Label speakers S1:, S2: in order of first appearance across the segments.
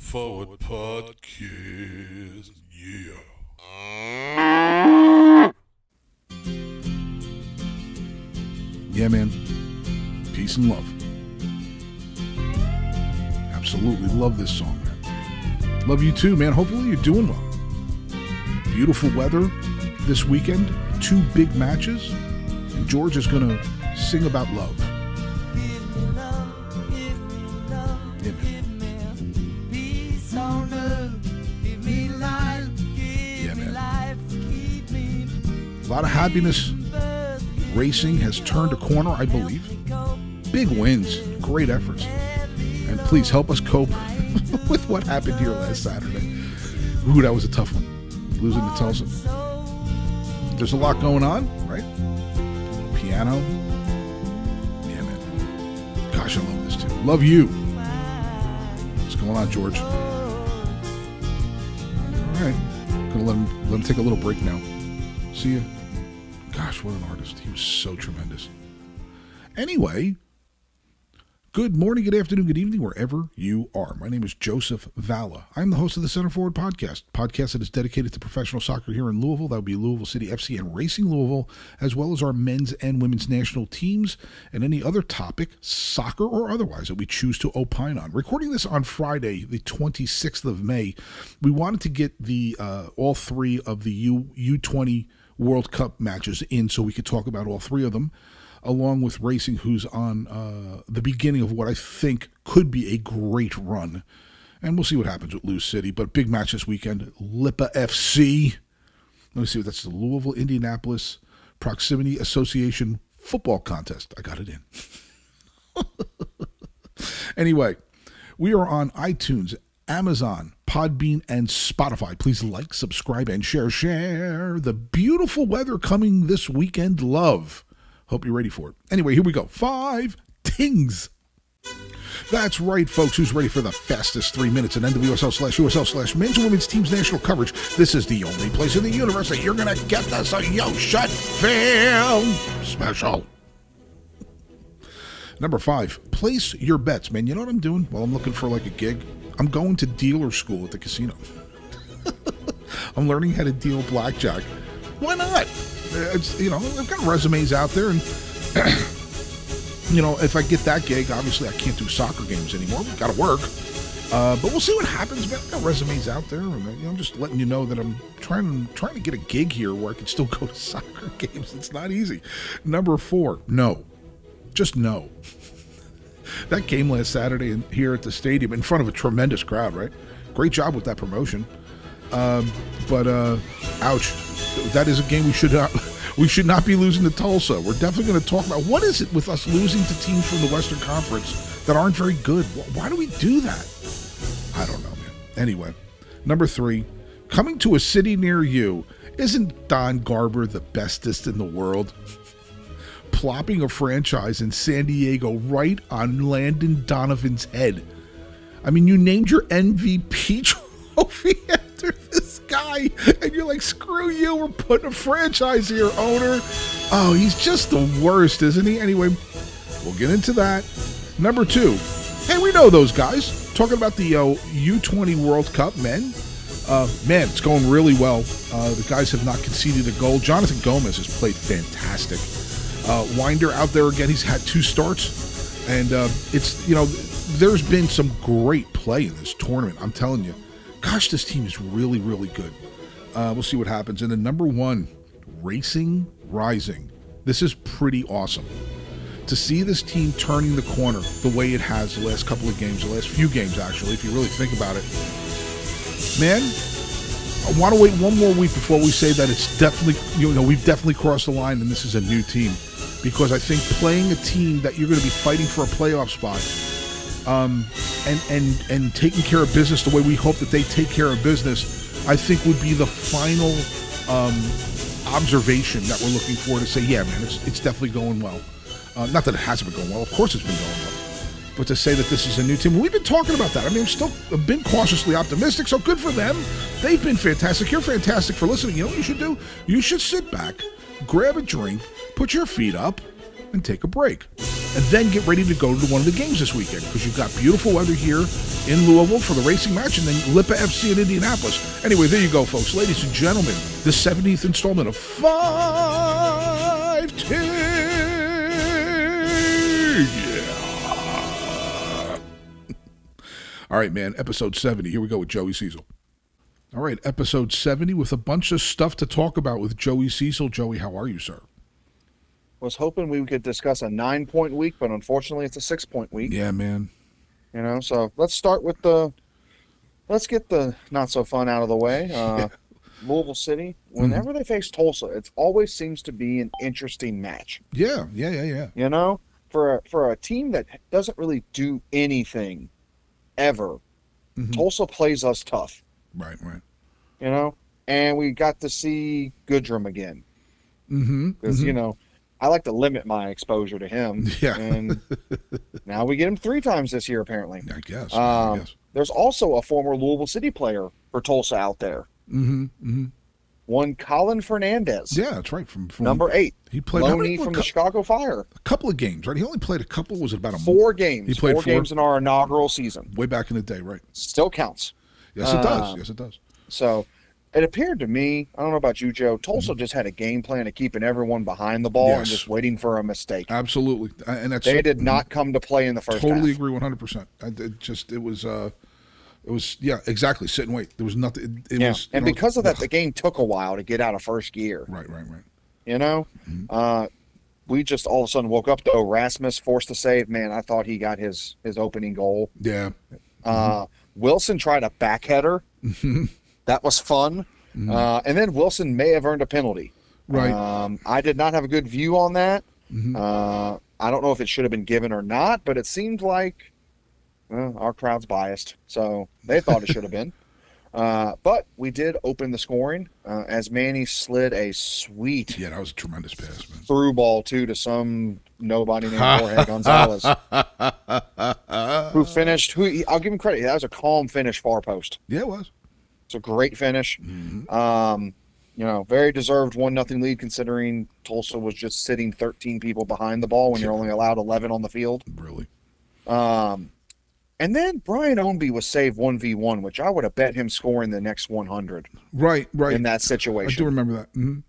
S1: Forward Podcast. Yeah.
S2: Yeah, man. Peace and love. Absolutely love this song, man. Love you too, man. Hopefully you're doing well. Beautiful weather this weekend. Two big matches. And George is going to sing about love. Yeah, man. Yeah, man. A lot of happiness. Racing has turned a corner, I believe. Big wins, great efforts. And please help us cope with what happened here last Saturday. Ooh, that was a tough one. Losing to Tulsa. There's a lot going on, right? Piano. Yeah, man. Gosh, I love this too. Love you. What's going on, George? All right. Gonna let him let him take a little break now. See ya. Gosh, what an artist. He was so tremendous. Anyway, good morning, good afternoon, good evening, wherever you are. My name is Joseph Valla. I'm the host of the Center Forward Podcast, podcast that is dedicated to professional soccer here in Louisville. That would be Louisville City FC and Racing Louisville, as well as our men's and women's national teams and any other topic, soccer or otherwise, that we choose to opine on. Recording this on Friday, the 26th of May, we wanted to get the uh, all three of the U U20 World Cup matches in so we could talk about all three of them, along with Racing, who's on uh, the beginning of what I think could be a great run. And we'll see what happens with Lewis City. But big match this weekend Lipa FC. Let me see what that's the Louisville Indianapolis Proximity Association Football Contest. I got it in. Anyway, we are on iTunes, Amazon, Podbean, and Spotify. Please like, subscribe, and share. Share the beautiful weather coming this weekend. Love. Hope you're ready for it. Anyway, here we go. Five tings. That's right, folks. Who's ready for the fastest three minutes in NWSL slash USL slash men's and women's teams national coverage? This is the only place in the universe that you're going to get this. So, yo, shut film special. Number five, place your bets, man. You know what I'm doing? Well, I'm looking for like a gig. I'm going to dealer school at the casino. I'm learning how to deal blackjack. Why not? Uh, It's, you know, I've got resumes out there, and you know, if I get that gig, obviously I can't do soccer games anymore. Got to work. Uh, but we'll see what happens, man. I've got resumes out there, and you know, I'm just letting you know that I'm trying trying to get a gig here where I can still go to soccer games. It's not easy. Number four, no, just no that game last Saturday in, here at the stadium in front of a tremendous crowd, right? Great job with that promotion. Um, but uh, ouch, that is a game we should not we should not be losing to Tulsa. We're definitely going to talk about what is it with us losing to teams from the Western Conference that aren't very good. Wh- Why do we do that? I don't know, man. Anyway, number three, coming to a city near you. Isn't Don Garber the bestest in the world? plopping a franchise in San Diego right on Landon Donovan's head. I mean, you named your MVP trophy after this guy, and you're like, screw you, we're putting a franchise here, owner. Oh, he's just the worst, isn't he? Anyway, we'll get into that. Number two, hey, we know those guys. Talking about the uh, U20 World Cup men. Uh, man, it's going really well. Uh, the guys have not conceded a goal. Jonathan Gomez has played fantastic. Uh, Winder out there again. He's had two starts, and uh, it's you know there's been some great play in this tournament. I'm telling you, gosh, this team is really really good. Uh, we'll see what happens. And then number one, racing rising. This is pretty awesome to see this team turning the corner the way it has the last couple of games, the last few games actually, if you really think about it. Man, I want to wait one more week before we say that it's definitely, you know, we've definitely crossed the line and this is a new team. Because I think playing a team that you're going to be fighting for a playoff spot um, and, and, and taking care of business the way we hope that they take care of business, I think would be the final um, observation that we're looking for to say, yeah, man, it's, it's definitely going well. Uh, not that it hasn't been going well, of course it's been going well but to say that this is a new team, we've been talking about that. I mean, I'm still I've been cautiously optimistic, so good for them. They've been fantastic. You're fantastic for listening. You know what you should do? You should sit back, grab a drink, put your feet up, and take a break. and then get ready to go to one of the games this weekend because you've got beautiful weather here in Louisville for the racing match and then Lipa FC in Indianapolis. Anyway, there you go, folks. Ladies and gentlemen, the 70th installment of Five T. Yeah. All right, man, episode 70. Here we go with Joey Cecil. All right, episode 70 with a bunch of stuff to talk about with Joey Cecil. Joey, how are you, sir?
S3: was hoping we could discuss a nine point week, but unfortunately, it's a six point week.
S2: Yeah, man.
S3: You know, so let's start with the let's get the not so fun out of the way. Uh, Louisville City, whenever they face Tulsa, it always seems to be an interesting match.
S2: Yeah, yeah, yeah, yeah.
S3: You know, for a, for a team that doesn't really do anything ever,
S2: Mhm.
S3: Tulsa plays us tough.
S2: Right, right.
S3: You know, and we got to see Goodrum again
S2: Mm-hmm.
S3: because you know. I like to limit my exposure to him.
S2: Yeah.
S3: And now we get him three times this year, apparently.
S2: mm-hmm. I guess. I
S3: Um,
S2: guess.
S3: There's also a former Louisville City player for Tulsa out there.
S2: Mm-hmm. Mm-hmm.
S3: One Colin Fernandez,
S2: Yeah, that's right. From, from
S3: number eight,
S2: he played how many-
S3: Loney from
S2: a
S3: the Chicago Fire.
S2: couple of games, right? He only played a couple. Was it about a month?
S3: Four games,
S2: He played
S3: four,
S2: four?
S3: games in our inaugural season.
S2: way back in the day, right?
S3: Still counts.
S2: Yes, it does.
S3: Um,
S2: Yes, it does.
S3: So it appeared to me, I don't know about you, Joe. Tulsa just had a game plan of keeping everyone behind the ball and
S2: Yes.
S3: just waiting for a mistake.
S2: Absolutely, I- and that's
S3: They did not come to play in the first
S2: totally
S3: half.
S2: agree, one hundred percent. It just it was, uh it was yeah, exactly. Sit and wait. There was nothing. It, it
S3: Yeah.
S2: was, you
S3: and
S2: know,
S3: because of that, the game took a while to get out of first gear.
S2: right, right, right.
S3: You know,
S2: Mm-hmm.
S3: uh, we just all of a sudden woke up though. Rasmus forced to save. Man, I thought he got his his opening goal.
S2: Yeah, Mm-hmm.
S3: Uh, Wilson tried a backheader. that was fun.
S2: Mm-hmm.
S3: Uh, and then Wilson may have earned a penalty.
S2: Right. Mm-hmm.
S3: Um, I did not have a good view on that. Uh, I don't know if it should have been given or not, but it seemed like well, our crowd's biased, so they thought it should have been. Uh, but we did open the scoring uh, as Manny slid a sweet
S2: yeah. That was a tremendous pass, man.
S3: through ball too to some nobody named Jorge Gonzalez, who finished. Who he- I'll give him credit. That was a calm finish far post.
S2: Yeah, it was.
S3: It's a great finish. Um, you know, very deserved one nothing lead considering Tulsa was just sitting 13 people behind the ball when you're only allowed 11 on the field.
S2: Really.
S3: Um, and then Brian Ownby was saved one v one, which I would have bet him scoring the next 100
S2: Right, right.
S3: in that
S2: I do
S3: situation.
S2: remember that. hmm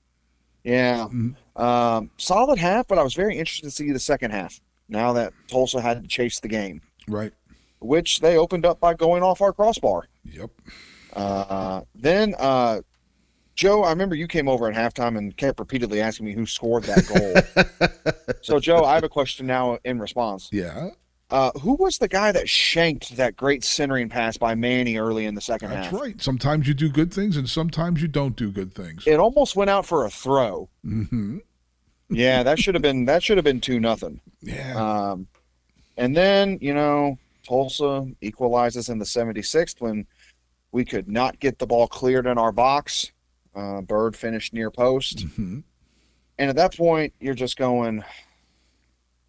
S3: Yeah. Um, solid half, but I was very interested to see the second half. Now that Tulsa had to chase the game,
S2: Right.
S3: which they opened up by going off our crossbar.
S2: Yep.
S3: Uh, then, uh, Joe, I remember you came over at halftime and kept repeatedly asking me who scored that goal. so, Joe, I have a question now in response.
S2: Yeah.
S3: Uh, who was the guy that shanked that great centering pass by Manny early in the second
S2: That's
S3: half?
S2: right. Sometimes you do good things, and sometimes you don't do good things.
S3: It almost went out for a throw.
S2: hmm
S3: Yeah, that should have been that should have been two nothing.
S2: Yeah.
S3: Um, and then, you know, Tulsa equalizes in the 76th when we could not get the ball cleared in our box. Uh, Bird finished near post.
S2: hmm
S3: And at that point, you're just going,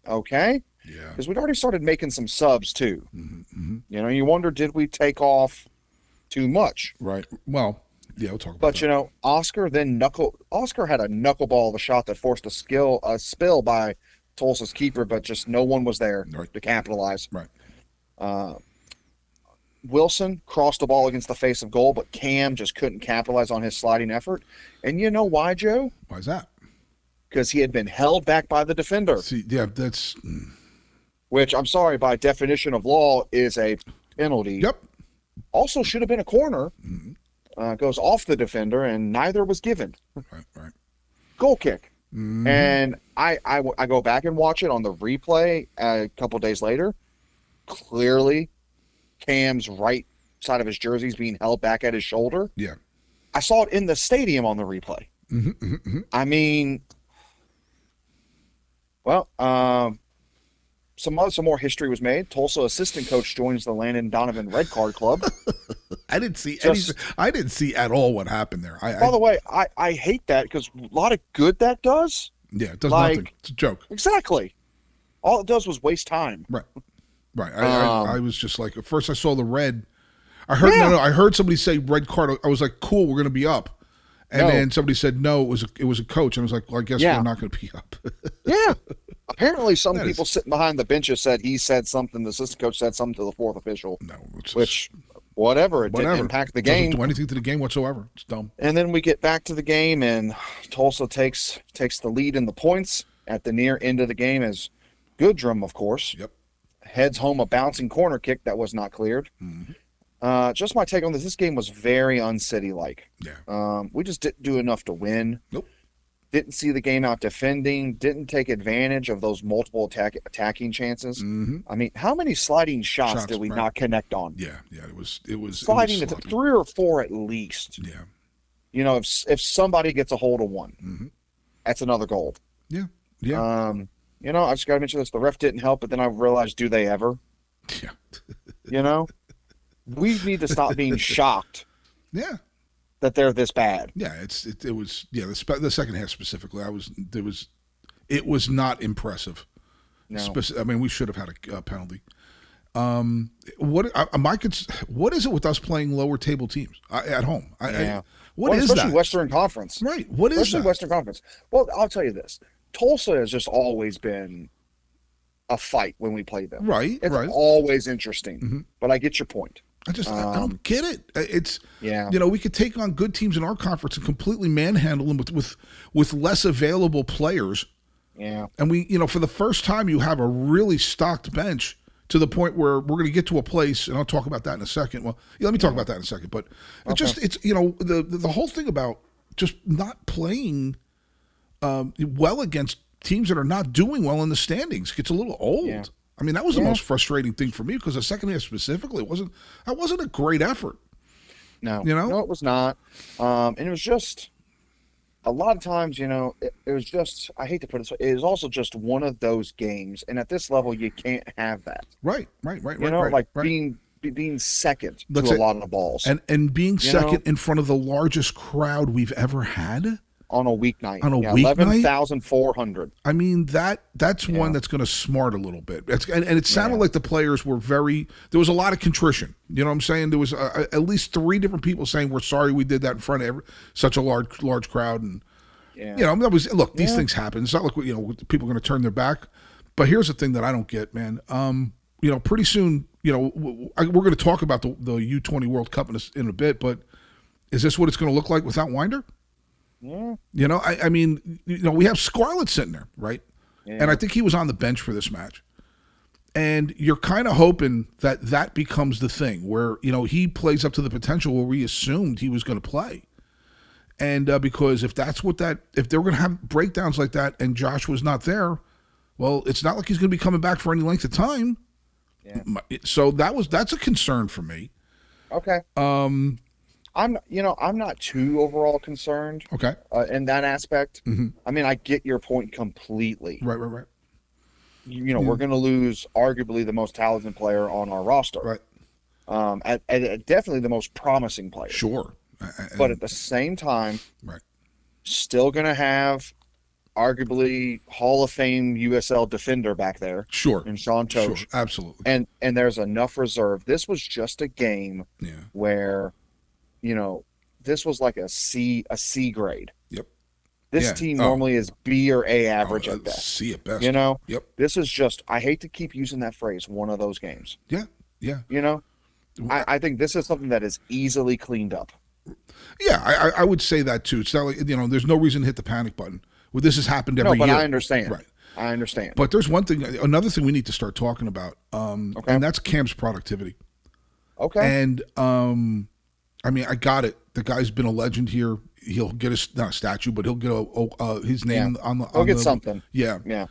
S3: okay,
S2: Yeah.
S3: because we'd already started making some subs too.
S2: Mm-hmm.
S3: You know, you wonder, did we take off too much?
S2: Right. Well, yeah, we'll talk about
S3: But
S2: that.
S3: you know, Oscar then knuckle. Oscar had a knuckleball of a shot that forced a skill a spill by Tulsa's keeper, but just no one was there
S2: Right.
S3: to capitalize.
S2: Right.
S3: Uh, Wilson crossed the ball against the face of goal, but Cam just couldn't capitalize on his sliding effort. And you know why, Joe?
S2: Why is that?
S3: Because he had been held back by the defender.
S2: See, yeah, that's
S3: Mm. which I'm sorry, by definition of law, is a penalty.
S2: yep.
S3: Also, should have been a corner.
S2: Mhm.
S3: Uh, goes off the defender, and neither was given.
S2: Right, right.
S3: Goal kick.
S2: Mhm.
S3: And I, I, w- I go back and watch it on the replay uh, a couple days later. Clearly, Cam's right side of his jersey is being held back at his shoulder.
S2: Yeah.
S3: I saw it in the stadium on the replay.
S2: Mhm, mhm, mhm.
S3: I mean, well, um, some other, some more history was made. Tulsa assistant coach joins the Landon Donovan Red Card Club.
S2: I didn't see
S3: Just-
S2: anything. I didn't see at all what happened there. I,
S3: By
S2: I
S3: the way, I, I hate that because a lot of good that does.
S2: yeah, it does
S3: like-
S2: nothing. It's a joke.
S3: Exactly. All it does was waste time.
S2: Right. Right. I,
S3: Um,
S2: I, I was just like at first I saw the red. I heard
S3: Yeah.
S2: no, no, I heard somebody say red card. I was like, cool, we're gonna be up. And
S3: No.
S2: then somebody said no, it was a, it was a coach, and I was like, well, I guess
S3: Yeah.
S2: we're not gonna be up.
S3: Yeah. Apparently, some
S2: That is-
S3: people sitting behind the benches said he said something. The assistant coach said something to the fourth official,
S2: No, it's just-
S3: which, whatever, it
S2: whatever.
S3: didn't impact the
S2: Doesn't
S3: game.
S2: do anything to the game whatsoever. It's dumb.
S3: And then we get back to the game, and Tulsa takes takes the lead in the points at the near end of the game as Goodrum, of course,
S2: Yep.
S3: heads home a bouncing corner kick that was not cleared.
S2: Mhm.
S3: Uh, just my take on this: this game was very uncity like.
S2: Yeah.
S3: Um, we just didn't do enough to win.
S2: Nope.
S3: Didn't see the game out defending. Didn't take advantage of those multiple attack attacking chances.
S2: hmm
S3: I mean, how many sliding shots,
S2: Shots,
S3: did we
S2: right.
S3: not connect on?
S2: Yeah. Yeah. It was. It was.
S3: Sliding,
S2: It
S3: it's
S2: was sloppy.
S3: three or four at least.
S2: Yeah.
S3: You know, if if somebody gets a hold of one,
S2: Mhm.
S3: that's another goal.
S2: Yeah. Yeah.
S3: Um, you know, I just got to mention this. The ref didn't help, but then I realized, do they ever?
S2: yeah.
S3: You know, we need to stop being shocked
S2: Yeah.
S3: that they're this bad.
S2: Yeah. It's. It, it was. Yeah. The, spe- the second half specifically, I was. There was. It was not impressive.
S3: No.
S2: Spec- I mean, we should have had a, a penalty. Um, what I, I- my cons- What is it with us playing lower table teams I, at home? I,
S3: Yeah.
S2: I, what
S3: well,
S2: is
S3: especially
S2: that?
S3: Western Conference.
S2: right. What is
S3: Especially
S2: that?
S3: Western Conference. Well, I'll tell you this: Tulsa has just always been a fight when we play them.
S2: right. Mm-hmm.
S3: It's
S2: right.
S3: always interesting. But I get your point.
S2: I just. I, I don't get it. I- It's.
S3: um, Yeah.
S2: You know, we could take on good teams in our conference and completely manhandle them with with with less available players.
S3: Yeah.
S2: And we, you know, for the first time, you have a really stocked bench to the point where we're going to get to a place, and I'll talk about that in a second. Well, yeah, let me talk about that in a second. But it just, it's, you know, the, the the whole thing about just not playing um, well against teams that are not doing well in the standings gets a little old.
S3: Yeah.
S2: I mean, that was the most frustrating thing for me because the second half specifically wasn't that wasn't a great effort.
S3: No,
S2: You know?
S3: no, it was not. Um, and it was just a lot of times, you know, it, it was just. I hate to put it. this way, It was also just one of those games, and at this level, you can't have that.
S2: Right, right, right,
S3: You
S2: right,
S3: know,
S2: right,
S3: like
S2: right.
S3: being be- being second
S2: Let's
S3: to
S2: say-
S3: a lot of the balls
S2: and and being
S3: you know-
S2: second in front of the largest crowd we've ever had.
S3: on a weeknight.
S2: On a
S3: yeah,
S2: weeknight?
S3: eleven thousand four hundred.
S2: I mean that that's one
S3: Yeah.
S2: that's going to smart a little bit. That's, and, and it sounded like the players were very. There was a lot of contrition. You know what I'm saying? There was uh, at least three different people saying we're sorry we did that in front of every, such a large large crowd, and
S3: Yeah,
S2: you know that was look these
S3: Yeah.
S2: things happen. It's not like you know people are going to turn their back. But here's the thing that I don't get, man. Um, you know, pretty soon, you know, w- w- I- we're going to talk about the the U20 World Cup in a, s- in a bit, but is this what it's going to look like without Winder?
S3: yeah,
S2: You know, I, I mean, you know, we have Scarlett sitting there, right?
S3: Yeah.
S2: And I think he was on the bench for this match. And you're kind of hoping that that becomes the thing where, you know, he plays up to the potential where we assumed he was going to play. And uh, because if that's what that, if they're going to have breakdowns like that and Josh was not there, well, it's not like he's going to be coming back for any length of time.
S3: Yeah.
S2: My- So that was, that's a concern for me.
S3: Okay.
S2: Um,
S3: I'm, you know, I'm not too overall concerned
S2: okay.
S3: uh, in that aspect.
S2: Mm-hmm.
S3: I mean, I get your point completely.
S2: Right, right, right,
S3: You know, we're going to lose arguably the most talented player on our roster.
S2: right.
S3: um, and, and- and definitely the most promising player.
S2: Sure. I- I-
S3: But at the same time,
S2: right.
S3: still going to have arguably Hall of Fame USL defender back there
S2: Sure.
S3: in Sean
S2: Sure.
S3: Tosh.
S2: Absolutely.
S3: And and there's enough reserve. This was just a game
S2: Yeah.
S3: where, you know, this was like a C a C grade.
S2: Yep.
S3: This
S2: Yeah.
S3: team
S2: Oh.
S3: normally is B or A average
S2: Oh, uh,
S3: at best.
S2: See at best.
S3: You know,
S2: Yep.
S3: this is just I hate to keep using that phrase, one of those games.
S2: Yeah. Yeah.
S3: You know? I, I think this is something that is easily cleaned up.
S2: Yeah. I, I- I would say that too. It's not like you know, there's no reason to hit the panic button. Well, this has happened every
S3: no, but
S2: year.
S3: I understand.
S2: Right.
S3: I understand.
S2: But there's one thing, another thing we need to start talking about, um,
S3: Okay.
S2: and that's Cam's productivity.
S3: okay.
S2: And um, I mean, I got it. The guy's been a legend here. He'll get a not a statue, but he'll get a, a uh, his name on the.
S3: He'll
S2: on
S3: get
S2: the-
S3: something.
S2: Yeah.
S3: yeah.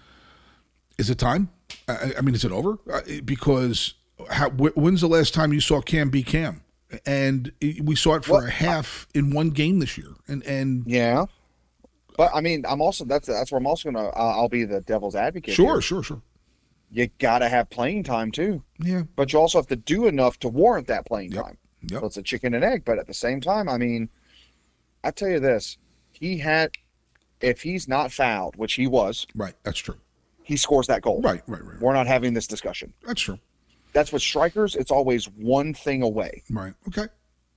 S2: Is it time? I- I, I mean, is it over? Uh, it- Because how, wh- when's the last time you saw Cam be Cam? And it- we saw it for
S3: Well,
S2: a half in one game this year. And and
S3: Yeah. But I mean, I'm also that's that's where I'm also gonna I'll I'll be the devil's advocate.
S2: sure,
S3: here.
S2: sure, sure.
S3: You gotta have playing time too,
S2: Yeah,
S3: but you also have to do enough to warrant that playing
S2: Yep.
S3: time.
S2: Yep.
S3: So it's a chicken and egg. But at the same time, I mean, I tell you this, he had if he's not fouled, which he was,
S2: right. That's true.
S3: he scores that goal.
S2: Right, right, right. right.
S3: We're not having this discussion.
S2: That's true.
S3: That's what strikers. It's always one thing away.
S2: Right. Okay.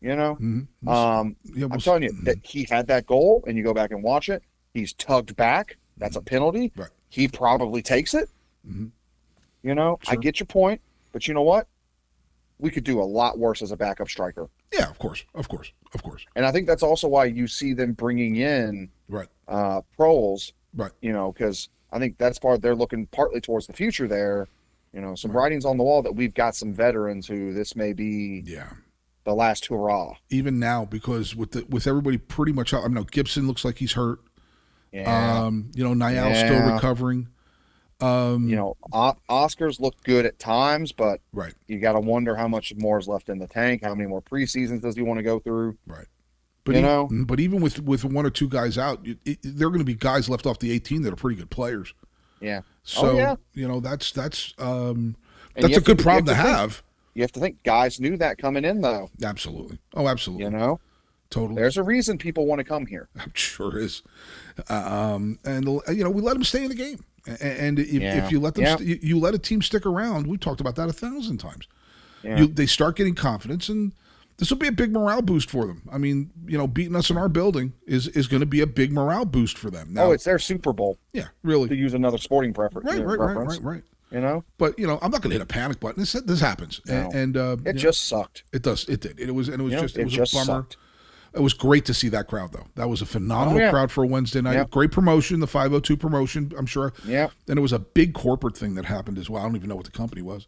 S3: You know.
S2: Mhm.
S3: Um,
S2: Yeah, we'll
S3: I'm
S2: s- mm-hmm.
S3: telling you that he had that goal, and you go back and watch it. He's tugged back. That's a penalty.
S2: Mm-hmm. Right.
S3: He probably takes it.
S2: Mhm.
S3: You know, I
S2: Sure.
S3: get your point, but you know what? We could do a lot worse as a backup striker.
S2: Yeah, of course, of course, of course.
S3: And I think that's also why you see them bringing in
S2: Right,
S3: uh, Proles,
S2: right.
S3: you know, because I think that's part they're looking partly towards the future there. You know, some
S2: Right.
S3: writings on the wall that we've got some veterans who this may be
S2: Yeah.
S3: the last hurrah.
S2: Even now, because with the with everybody pretty much out, I mean, now Gibson looks like he's hurt.
S3: Yeah.
S2: Um, you know, Niall's still
S3: Yeah.
S2: recovering. Um,
S3: you know, o- Oscars look good at times, but
S2: right,
S3: you got to wonder how much more is left in the tank. How many more preseasons does he want to go through?
S2: right. But
S3: You
S2: e-
S3: know?
S2: but even with with one or two guys out, you- it, there are going to be guys left off the 18 that are pretty good players.
S3: Yeah. Oh,
S2: So
S3: yeah.
S2: you know, that's that's um,
S3: And
S2: that's
S3: you
S2: a
S3: have
S2: good
S3: to- you
S2: problem to
S3: have to think-
S2: have.
S3: You have to think guys knew that coming in, though.
S2: Absolutely. Oh, absolutely.
S3: You know,
S2: totally.
S3: there's a reason people want to come here.
S2: I'm sure is. Um, and uh, you know, we let them stay in the game. A- And if,
S3: Yeah.
S2: if you let them,
S3: Yeah.
S2: st- you- you let a team stick around. We talked about that a thousand times.
S3: Yeah.
S2: You, they start getting confidence, and this will be a big morale boost for them. I mean, you know, beating us in our building is is going to be a big morale boost for them. Now,
S3: Oh, it's their Super Bowl
S2: yeah,
S3: to
S2: really,
S3: use another sporting prefer-
S2: right,
S3: you know,
S2: right, right,
S3: reference.
S2: right, right.
S3: You know,
S2: But you know, I'm not going to hit a panic button. This this happens, A-
S3: No.
S2: and, uh,
S3: it
S2: you know,
S3: just sucked.
S2: it does it did it was and it was
S3: You know,
S2: just it,
S3: it
S2: was
S3: just
S2: a bummer.
S3: sucked.
S2: It was great to see that crowd, though. That was a phenomenal
S3: Oh, yeah.
S2: crowd for a Wednesday night.
S3: Yeah.
S2: Great promotion, the 502 promotion, I'm sure.
S3: Yeah.
S2: And it was a big corporate thing that happened as well. I don't even know what the company was.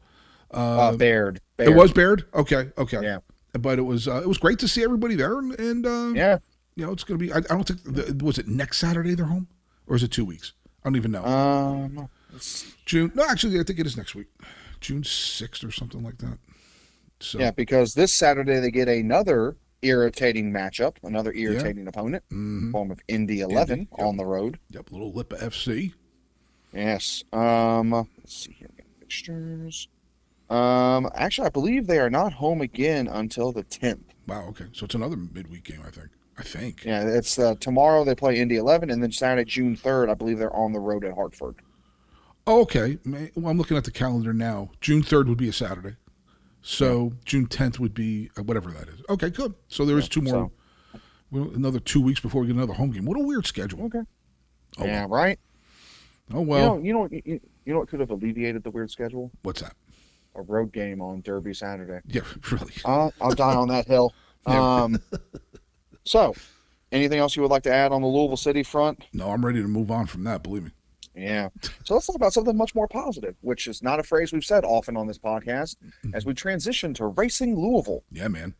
S3: Uh, Baird.
S2: It
S3: Baird.
S2: was Baird. Okay, okay.
S3: Yeah.
S2: But it was uh, it was great to see everybody there, and, and uh,
S3: Yeah.
S2: you know it's going to be. I, I don't think the, was it next Saturday they're home, or is it two weeks? I don't even know.
S3: Um. it's-
S2: June? No, actually, I think it is next week, June sixth or something like that. So
S3: Yeah, because this Saturday they get another irritating matchup, another irritating opponent,
S2: mhm.
S3: form of Indy Eleven
S2: Indy, yep.
S3: on the road.
S2: yep, little Lipa FC.
S3: Yes. Um. Let's see here. we got Fixtures. Um. Actually, I believe they are not home again until the tenth.
S2: Wow. Okay. So it's another midweek game, I think. I think.
S3: Yeah, it's uh, tomorrow they play Indy 11, and then Saturday, June 3rd, I believe they're on the road at Hartford.
S2: Oh, okay. May- Well, I'm looking at the calendar now. June 3rd would be a Saturday. So June 10th would be uh, whatever that is. Okay, good. So there is two more, well, another two weeks before we get another home game. What a weird schedule.
S3: Okay.
S2: Oh,
S3: yeah, right?
S2: Oh, well.
S3: you know, you know, you, you know what could have alleviated the weird schedule?
S2: What's that?
S3: A road game on Derby Saturday.
S2: Yeah, really.
S3: Uh, I'll die on that hill.
S2: Yeah.
S3: Um, so, anything else you would like to add on the Louisville City front?
S2: No, I'm ready to move on from that, believe me.
S3: Yeah. So let's talk about something much more positive, which is not a phrase we've said often on this podcast, as we transition to racing Louisville,
S2: Yeah, man.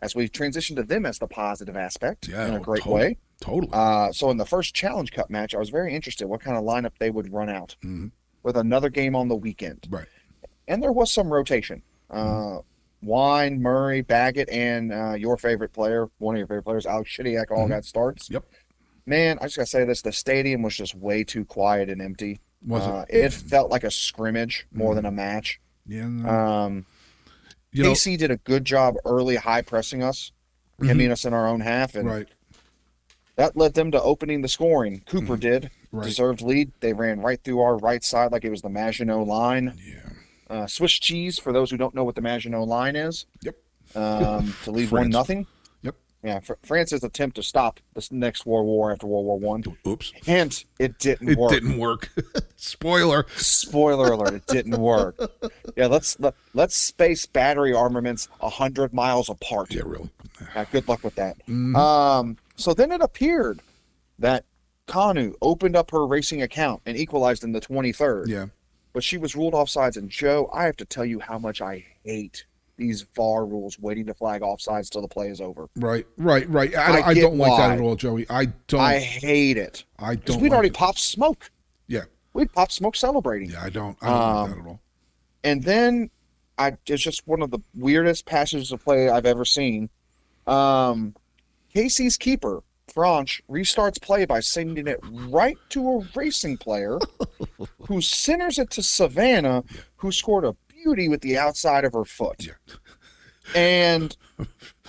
S3: as we transition to them as the positive aspect
S2: Yeah.
S3: in a
S2: oh,
S3: great
S2: totally,
S3: way.
S2: Totally.
S3: Uh, so in the first Challenge Cup match, I was very interested what kind of lineup they would run out
S2: Mhm.
S3: with another game on the weekend.
S2: right. Mm-hmm.
S3: And there was some rotation. Uh, Wine, Murray, Baggett, and uh, your favorite player, one of your favorite players, Alex Shediak, all got starts.
S2: Mm-hmm. Yep.
S3: Man, I just gotta say this: the stadium was just way too quiet and empty.
S2: Was
S3: Uh,
S2: it?
S3: it felt like a scrimmage more than a match.
S2: Yeah. no.
S3: Um,
S2: Mm-hmm. you know, Mm-hmm.
S3: KC did a good job early high pressing us, getting us in our own half, and
S2: right.
S3: that led them to opening the scoring. Cooper did.
S2: Mm-hmm. Right.
S3: Deserved lead. They ran right through our right side like it was the Maginot line.
S2: Yeah.
S3: Uh, Swiss cheese, for those who don't know what the Maginot line is,
S2: Yep.
S3: um, to leave
S2: France.
S3: one nothing.
S2: Yep.
S3: Yeah, Fr- France's attempt to stop this next world war after World War One.
S2: Oops.
S3: Hint: it didn't
S2: It
S3: work.
S2: didn't work. Spoiler.
S3: Spoiler alert: it didn't work. Yeah, let's let, let's space battery armaments hundred miles apart.
S2: Yeah, really.
S3: Uh, good luck with that.
S2: Mm-hmm.
S3: Um, so then it appeared that Kanu opened up her racing account and equalized in the 23rd,
S2: Yeah.
S3: but she was ruled offsides. And Joe, I have to tell you how much I hate these VAR rules waiting to flag offsides till the play is over.
S2: Right, right, right. I, I,
S3: I get
S2: don't like that
S3: why.
S2: at all, Joey. I don't.
S3: I
S2: I,
S3: hate it because
S2: don't.
S3: we'd
S2: like
S3: already
S2: it.
S3: popped smoke.
S2: Yeah,
S3: We'd popped smoke celebrating.
S2: yeah. I don't. I don't
S3: Um,
S2: like that at all.
S3: And then I it's just one of the weirdest passages of play I've ever seen. Um Casey's keeper, Franch, restarts play by sending it right to a racing player who centers it to Savannah, who scored a beauty with the outside of her foot.
S2: Yeah.
S3: And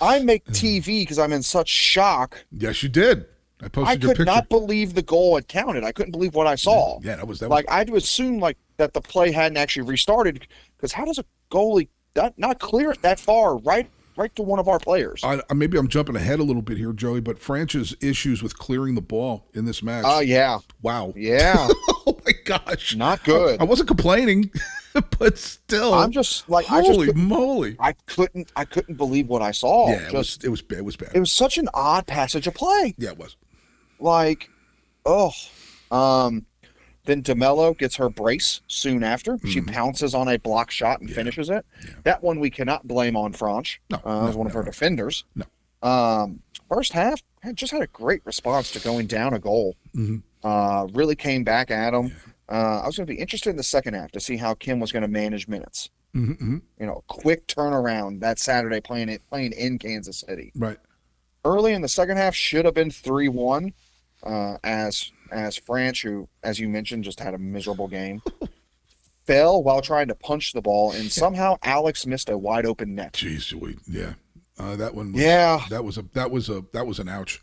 S3: I make TV because I'm in such shock.
S2: Yes, you did. I posted
S3: I
S2: your picture.
S3: could not believe the goal had counted. I couldn't believe what I saw
S2: yeah, that was that.
S3: like I had to assume like that the play hadn't actually restarted because how does a goalie that, not clear it that far right right to one of our players.
S2: I, I- maybe I'm jumping ahead a little bit here, Joey, but Franch's issues with clearing the ball in this match.
S3: Oh yeah,
S2: wow.
S3: yeah,
S2: Oh my gosh.
S3: not good.
S2: I wasn't complaining, but still.
S3: I'm just like I just
S2: holy
S3: couldn't-
S2: moly.
S3: I couldn't I couldn't believe what I saw.
S2: yeah, it was
S3: just
S2: it was bad. It was bad.
S3: it was such an odd passage of play.
S2: yeah, it was.
S3: Like, oh, um, then Demello gets her brace soon after. She
S2: Mm-hmm.
S3: pounces on a block shot and finishes it. That one we cannot blame on Franch.
S2: No,
S3: uh, it was
S2: no,
S3: one of
S2: no,
S3: her
S2: no.
S3: defenders.
S2: No.
S3: Um, first half I just had a great response to going down a goal.
S2: Mhm.
S3: Uh, really came back at him. Uh, I was going to be interested in the second half to see how Kim was going to manage minutes.
S2: hmm hmm
S3: you know, quick turnaround that Saturday playing it playing in Kansas City.
S2: Right.
S3: Early in the second half should have been three one, uh, as as France, who as you mentioned just had a miserable game, fell while trying to punch the ball, and somehow Alex missed a wide open net.
S2: Jeez, we yeah. Uh, that one was
S3: Yeah,
S2: that was a that was a that was an ouch.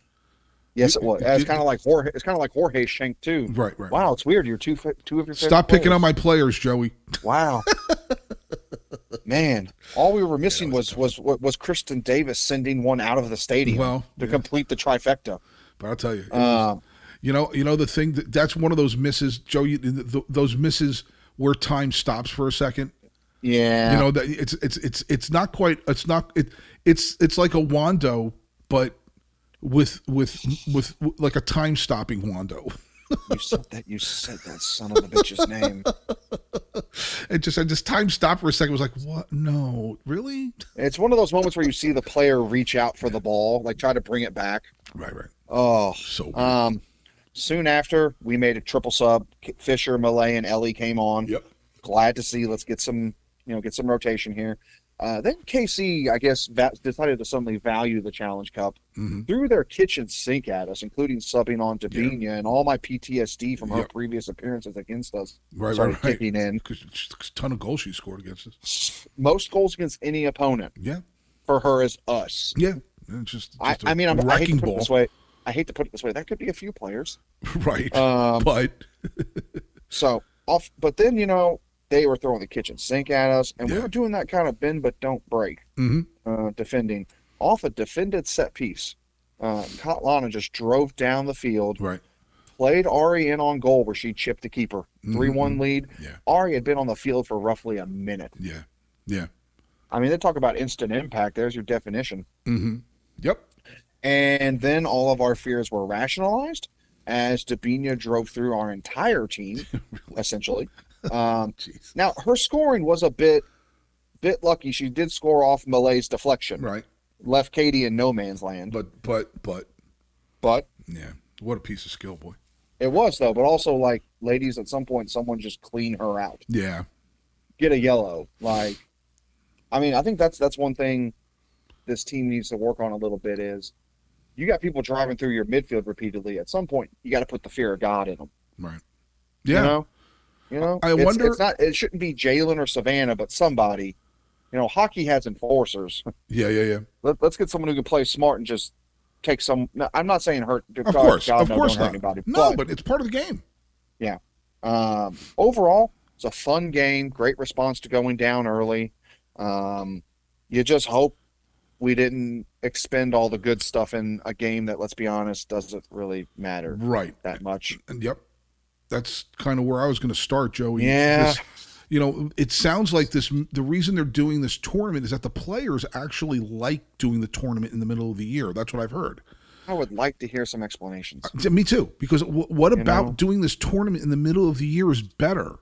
S3: yes, it was. It's kind of like Jorge. It's kind of like Jorge Schenk too.
S2: Right, right.
S3: Wow, it's weird. You're two fa- two of your favorite
S2: Stop picking
S3: players.
S2: on my players, Joey.
S3: Wow. Man, all we were missing was, was was Kristen Davis sending one out of the stadium
S2: Well,
S3: to
S2: yeah.
S3: complete the trifecta.
S2: But I'll tell you, it was-
S3: Um,
S2: you know, you know the thing that, that's one of those misses, Joe. You, th th those misses where time stops for a second.
S3: yeah.
S2: You know that it's it's it's it's not quite. It's not it. It's it's like a Wando, but with with with like a time stopping Wando.
S3: you said that. You said that son of a bitch's name.
S2: It just I just time stopped for a second. It was like what? No, really?
S3: It's one of those moments where you see the player reach out for the ball, like try to bring it back.
S2: Right, right.
S3: Oh.
S2: So weird.
S3: Um. Soon after, we made a triple sub. K- Fisher, Malay, and Ellie came on.
S2: yep.
S3: glad to see. Let's get some, you know, get some rotation here. Uh, then KC, I guess, va- decided to suddenly value the Challenge Cup.
S2: Mhm.
S3: Threw their kitchen sink at us, including subbing on Davina and all my PTSD from her
S2: Yep.
S3: previous appearances against us
S2: Right,
S3: started
S2: right, right.
S3: kicking in.
S2: Because a ton of goals she scored against us.
S3: Most goals against any opponent
S2: Yeah,
S3: for her is us.
S2: yeah. And just,
S3: I,
S2: just a
S3: I mean, I'm, I hate to
S2: wrecking
S3: put it
S2: ball,
S3: this way. I hate to put it this way. That could be a few players.
S2: right?
S3: Um,
S2: but
S3: So off, but then you know they were throwing the kitchen sink at us, and we
S2: Yeah.
S3: were doing that kind of bend but don't break
S2: Mhm.
S3: uh, defending off a defended set piece. Uh, Kotlana just drove down the field,
S2: right,
S3: played Ari in on goal where she chipped the keeper. 3 one lead.
S2: Mm-hmm. Yeah.
S3: Ari had been on the field for roughly a minute.
S2: yeah, yeah.
S3: I mean, they talk about instant impact. There's your definition.
S2: Mm-hmm. Yep.
S3: And then all of our fears were rationalized as Dabinia drove through our entire team, essentially. Um,
S2: Jeez.
S3: Now her scoring was a bit bit lucky. She did score off Malay's deflection,
S2: Right,
S3: left Katie in no man's land.
S2: but but but
S3: But
S2: yeah. What a piece of skill, boy.
S3: it was though. But also like ladies, at some point someone just clean her out,
S2: Yeah,
S3: get a yellow. Like, I mean, I think that's that's one thing this team needs to work on a little bit is you got people driving through your midfield repeatedly. At some point, you got to put the fear of God in them.
S2: right. Yeah,
S3: You know, you know.
S2: I
S3: It's-
S2: wonder-
S3: It's not. It shouldn't be Jalen or Savannah, but somebody. You know, hockey has enforcers.
S2: yeah, yeah, yeah.
S3: Let, let's get someone who can play smart and just take some. No, I'm not saying hurt.
S2: Of course, of course
S3: don't hurt
S2: not.
S3: Anybody,
S2: no,
S3: but
S2: but it's part of the game.
S3: um, overall, it's a fun game. Great response to going down early. Um, you just hope we didn't expend all the good stuff in a game that, let's be honest, doesn't really matter
S2: Right.
S3: that much.
S2: And yep. That's kind of where I was going to start, Joey.
S3: Yeah.
S2: This- you know, it sounds like this. The reason they're doing this tournament is that the players actually like doing the tournament in the middle of the year. That's what I've heard.
S3: I would like to hear some explanations.
S2: Uh, Me too. Because w- what
S3: You
S2: about
S3: know?
S2: doing this tournament in the middle of the year is better?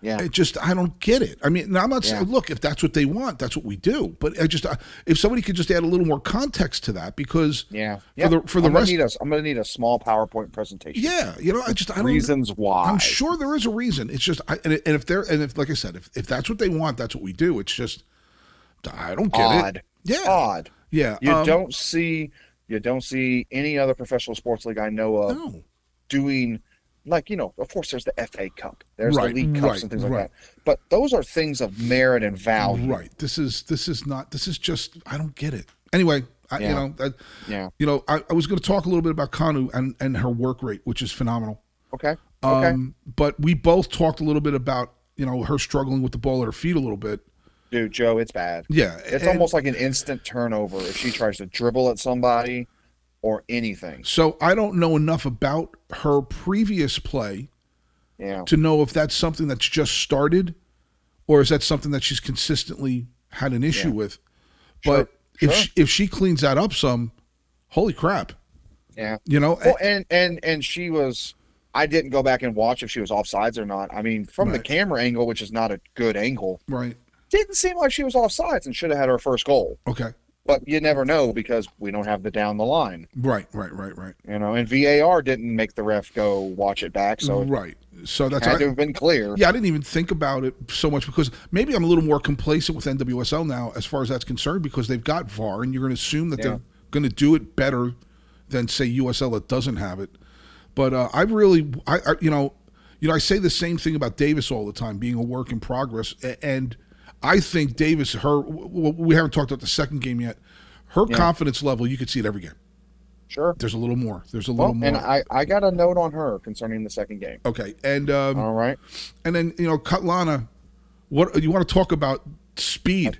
S3: Yeah.
S2: It just I don't get it. I mean, and I'm not saying
S3: Yeah.
S2: look if that's what they want, that's what we do. But I just I, if somebody could just add a little more context to that, because
S3: Yeah. yeah.
S2: the- for the
S3: I'm gonna
S2: rest-
S3: need a, I'm going to need a small PowerPoint presentation.
S2: yeah, you know, I just I don't
S3: Reasons why.
S2: I'm sure there is a reason. It's just, I, and, it- and if they're, and if, like I said, if, if that's what they want, that's what we do. It's just, I don't get
S3: Odd.
S2: it. Yeah.
S3: Odd.
S2: Yeah.
S3: You
S2: um,
S3: don't see you don't see any other professional sports league I know of
S2: No.
S3: doing like you know of course there's the FA Cup there's
S2: Right,
S3: the League Cups
S2: right,
S3: and things
S2: right.
S3: like that but those are things of merit and value
S2: Right. This is, this is not, this is just, I don't get it. Anyway, I, you
S3: Yeah.
S2: know, I,
S3: yeah
S2: you know, I, I was going to talk a little bit about Kanu and, and her work rate, which is phenomenal.
S3: okay okay
S2: Um, but we both talked a little bit about, you know, her struggling with the ball at her feet a little bit.
S3: dude, Joe, it's bad.
S2: Yeah,
S3: It's
S2: and-
S3: almost like an instant turnover if she tries to dribble at somebody or anything.
S2: So I don't know enough about her previous play
S3: Yeah.
S2: to know if that's something that's just started, or is that something that she's consistently had an issue
S3: Yeah.
S2: with.
S3: Sure,
S2: But if
S3: sure.
S2: she, if she cleans that up some, holy crap!
S3: Yeah.
S2: You know, Eh,
S3: Well, and and and she was. I didn't go back and watch if she was offsides or not. I mean, from the
S2: Right.
S3: camera angle, which is not a good angle,
S2: right?
S3: didn't seem like she was offsides and should have had her first goal.
S2: Okay,
S3: But you never know because we don't have the down the line,
S2: right, right, right, right,
S3: you know. And VAR didn't make the ref go watch it back, so it
S2: right. So that's
S3: had
S2: I-
S3: to have been clear.
S2: yeah. I didn't even think about it so much because maybe I'm a little more complacent with NWSL now as far as that's concerned because they've got VAR and you're going to assume that
S3: Yeah.
S2: they're going to do it better than say USL that doesn't have it. But uh, I really, I, I you know, you know, I say the same thing about Davis all the time being a work in progress, a- and I think Davis, her, w- w- we haven't talked about the second game yet. Her confidence level, you could see it every game.
S3: Sure.
S2: There's a little more. There's a
S3: Well,
S2: little more.
S3: and I I got a note on her concerning the second game.
S2: okay, and um,
S3: All right,
S2: and then you know, Katlana, what you want to talk about? Speed.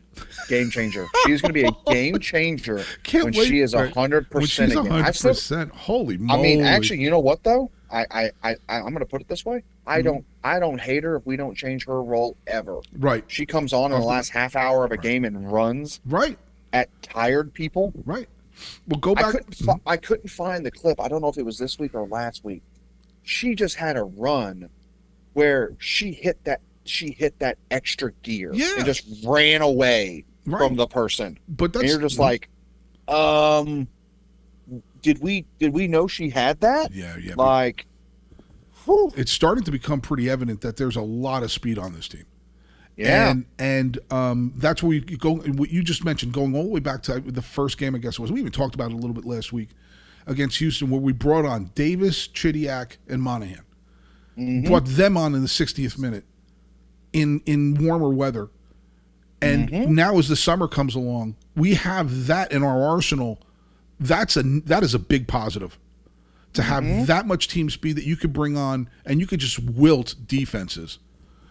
S3: game changer. She's going to be a game changer
S2: Can't
S3: when
S2: wait.
S3: she is
S2: right.
S3: hundred
S2: When she's
S3: percent again. I
S2: hundred
S3: still
S2: percent. Holy
S3: I
S2: moly!
S3: mean, actually, you know what though? I, I, I, I I'm gonna put it this way. I
S2: Mm-hmm.
S3: don't, I don't hate her if we don't change her role ever.
S2: right,
S3: She comes on
S2: Uh-huh.
S3: in the last half hour of a game and runs
S2: right,
S3: at tired people.
S2: right. Well, go
S3: I
S2: back.
S3: couldn't, fi- I couldn't find the clip. I don't know if it was this week or last week. She just had a run where she hit that, she hit that extra gear
S2: Yeah.
S3: and just ran away
S2: Right.
S3: from the person.
S2: but that's
S3: and you're just like, um, did we, did we know she had that?
S2: yeah, yeah. but
S3: Like, whew.
S2: It's starting to become pretty evident that there's a lot of speed on this team.
S3: Yeah.
S2: And, and um, that's where you go. What you just mentioned, going all the way back to the first game, I guess it was. We even talked about it a little bit last week against Houston, where we brought on Davis, Chidiak, and Monahan. Brought them on in the 60th minute in in warmer weather. And
S3: Mm-hmm.
S2: now, as the summer comes along, we have that in our arsenal. That's a that is a big positive to have
S3: Mm-hmm.
S2: that much team speed that you could bring on, and you could just wilt defenses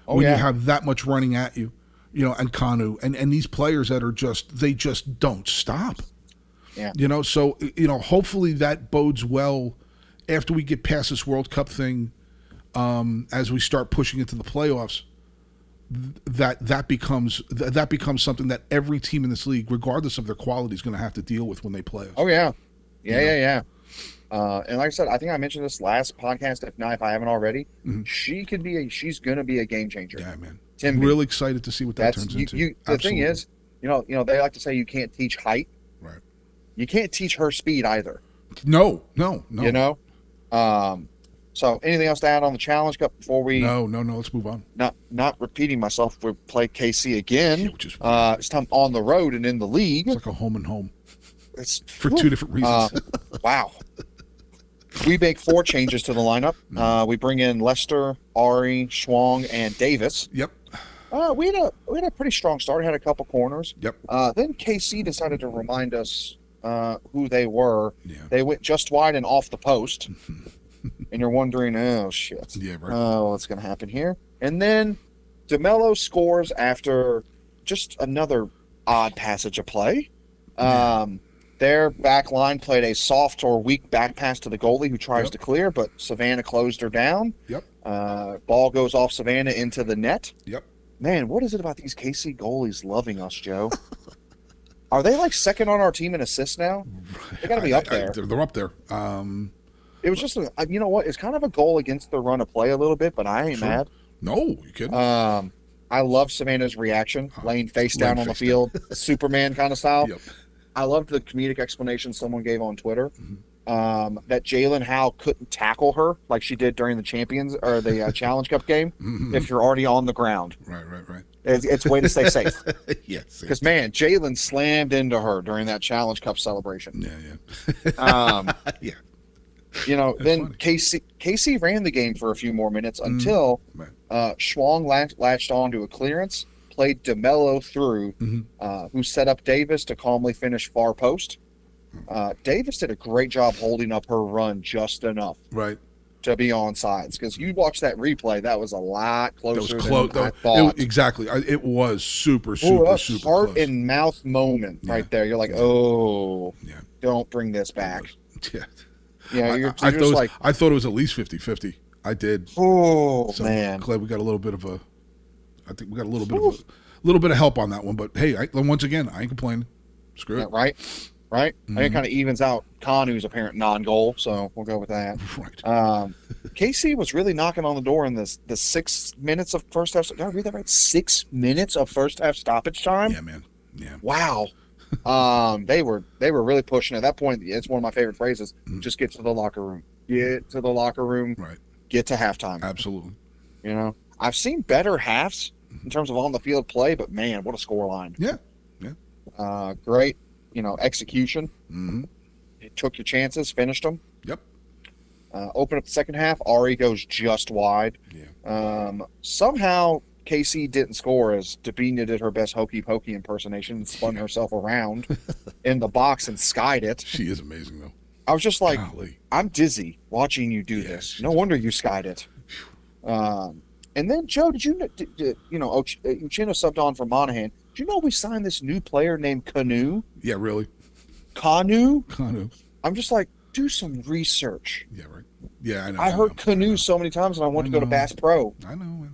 S3: Oh,
S2: when
S3: yeah.
S2: you have that much running at you, you know, and Kanu and and these players that are just they just don't stop.
S3: Yeah.
S2: You know, so y- you know, hopefully that bodes well after we get past this World Cup thing um as we start pushing into the playoffs th- that that becomes th- that becomes something that every team in this league regardless of their quality is going to have to deal with when they play us.
S3: Oh yeah, yeah, yeah, yeah. Uh, and like I said, I think I mentioned this last podcast. If not, if I haven't already, she could be a. She's gonna be a game changer.
S2: Mm-hmm. Yeah, man.
S3: Tim,
S2: Really excited to see what that
S3: that's
S2: turns
S3: you,
S2: into.
S3: you, The
S2: Absolutely.
S3: thing is, you know, you know, they like to say you can't teach height.
S2: Right.
S3: You can't teach her speed either.
S2: no, no, no.
S3: You know. Um. So, anything else to add on the Challenge Cup before we
S2: no, no, no, let's move on.
S3: not not repeating myself? We play KC
S2: Yeah,
S3: again.
S2: which is
S3: Uh, this time on the road and in the league.
S2: It's like a home and home
S3: It's
S2: for two different
S3: Uh,
S2: reasons.
S3: wow. We make four changes to the lineup. Uh, we bring in Lester, Ari, Schwong, and Davis.
S2: yep.
S3: Uh, we had a we had a pretty strong start. Had a couple corners.
S2: Yep.
S3: Uh, then KC decided to remind us uh, who they were.
S2: Yeah.
S3: They went just wide and off the post, and you're wondering, oh shit,
S2: Yeah, right.
S3: oh what's going to happen here? And then Demelo scores after just another odd passage of play. Um, their back line played a soft or weak back pass to the goalie who tries
S2: Yep.
S3: to clear, but Savannah closed her down.
S2: Yep.
S3: Uh, ball goes off Savannah into the net.
S2: Yep.
S3: Man, what is it about these KC goalies loving us, Joe? Are they like second on our team in assists now? They got to be
S2: I-
S3: up
S2: I-
S3: there.
S2: they're, they're up there. Um,
S3: It was just, a, you know what? It's kind of a goal against the run of play a little bit, but I ain't
S2: Sure.
S3: mad.
S2: no, you kidding?
S3: Um, I love Savannah's reaction, laying face down
S2: laying
S3: on the
S2: face down.
S3: field, Superman kind of style.
S2: yep.
S3: I loved the comedic explanation someone gave on Twitter um, that Jalen Howe couldn't tackle her like she did during the Champions or the uh, Challenge Cup game
S2: Mhm.
S3: if you're already on the ground.
S2: Right, right, right.
S3: It's, it's a way to stay safe.
S2: yes. Yeah,
S3: Because, man, Jalen slammed into her during that Challenge Cup celebration.
S2: yeah.
S3: Um,
S2: Yeah.
S3: you know, then
S2: funny. Mm,
S3: Casey Casey ran the game for a few more minutes until
S2: Right.
S3: uh, Schwong latched, latched on to a clearance, played Demelo through,
S2: Mhm.
S3: uh, who set up Davis to calmly finish far
S2: Mm.
S3: post. Uh, Davis did a great job holding up her run just enough.
S2: Right.
S3: to be on sides because you watch that replay. That was a lot closer.
S2: That was
S3: Than
S2: close.
S3: I thought.
S2: exactly. I, it was super,
S3: Ooh,
S2: super,
S3: a
S2: super
S3: heart
S2: close.
S3: and mouth moment
S2: Yeah.
S3: right there. You're like, oh,
S2: Yeah.
S3: don't bring this back.
S2: yeah.
S3: Yeah,
S2: I,
S3: you're,
S2: I
S3: you're just
S2: thought it was,
S3: like,
S2: I thought it was at least 50 50. I did.
S3: oh
S2: So
S3: man,
S2: glad we got a little bit of a. I think we got a little bit of a little bit of help on that one, but hey, I, once again, I ain't complaining. Screw
S3: Yeah,
S2: it.
S3: right, right. I
S2: Mm-hmm.
S3: think it kind of evens out Kanu's apparent non-goal, so we'll go with that.
S2: Right.
S3: Um, KC was really knocking on the door in this the six minutes of first half. Did I read that right? Six minutes of first half stoppage time.
S2: Yeah, man. Yeah.
S3: Wow. um, they were they were really pushing. At that point, it's one of my favorite phrases. Just get to the locker room. Get to the locker room.
S2: Mm. Right.
S3: Get to halftime.
S2: Absolutely.
S3: You know, I've seen better halves in terms of on the field play, but man, what a score line.
S2: Yeah.
S3: Uh, great, you know, execution.
S2: hmm
S3: You took your chances, finished them.
S2: Yep.
S3: Uh, open up the second half. Ari goes just wide.
S2: Yeah.
S3: Um, somehow KC didn't score as Dabina did her best hokey pokey impersonation and spun herself around in the box and skied it.
S2: She is amazing though.
S3: I was just like,
S2: Golly.
S3: I'm dizzy watching you do
S2: Yeah,
S3: this.
S2: she's-
S3: No wonder you skied it. Um, and then Joe, did you kn- did, did, you know Och- uh, Uchino subbed on for Monahan? Did you know we signed this new player named Canoe?
S2: Yeah, really.
S3: Canoe?
S2: Kind of.
S3: I'm just like, do some research.
S2: Yeah, right. Yeah, I know.
S3: I heard
S2: know,
S3: Canoe so many times, and I
S2: I
S3: wanted to go to
S2: know.
S3: Bass Pro.
S2: I know. I know.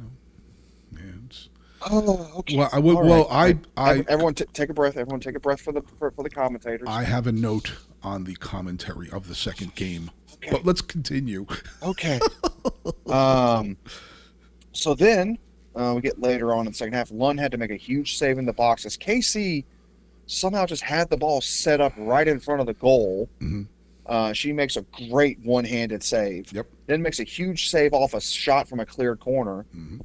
S2: Yeah, it's,
S3: Oh, okay.
S2: well, I would.
S3: All
S2: Well,
S3: right.
S2: I. I.
S3: Ev- everyone t- take a breath. Everyone take a breath for the for, for the commentators.
S2: I have a note on the commentary of the second game, but let's continue.
S3: Oh. Okay. um. So then uh, we get later on in the second half. Lund had to make a huge save in the box as KC somehow just had the ball set up right in front of the goal.
S2: Mhm.
S3: Uh, she makes a great one-handed save.
S2: Yep.
S3: Then makes a huge save off a shot from a clear corner.
S2: Mhm.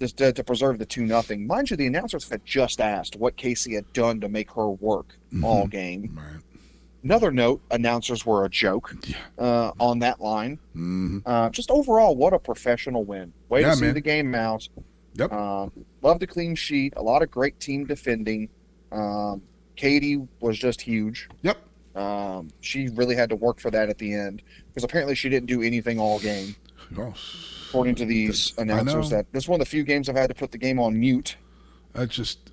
S3: Just to, to preserve the two nothing. Mind you, the announcers had just asked what Casey had done to make her work
S2: Mm-hmm.
S3: all game.
S2: Right.
S3: Another note: announcers were a joke
S2: Yeah.
S3: uh, on that line.
S2: hmm
S3: Uh, just overall, what a professional win! Way
S2: Yeah,
S3: to see
S2: man.
S3: the game out.
S2: Yep.
S3: Um, love the clean sheet. A lot of great team defending. Um, Katie was just huge.
S2: Yep.
S3: Um, she really had to work for that at the end because apparently she didn't do anything all game,
S2: Oh,
S3: according to these
S2: I
S3: announcers.
S2: know.
S3: That this is one of the few games I've had to put the game on mute.
S2: I just.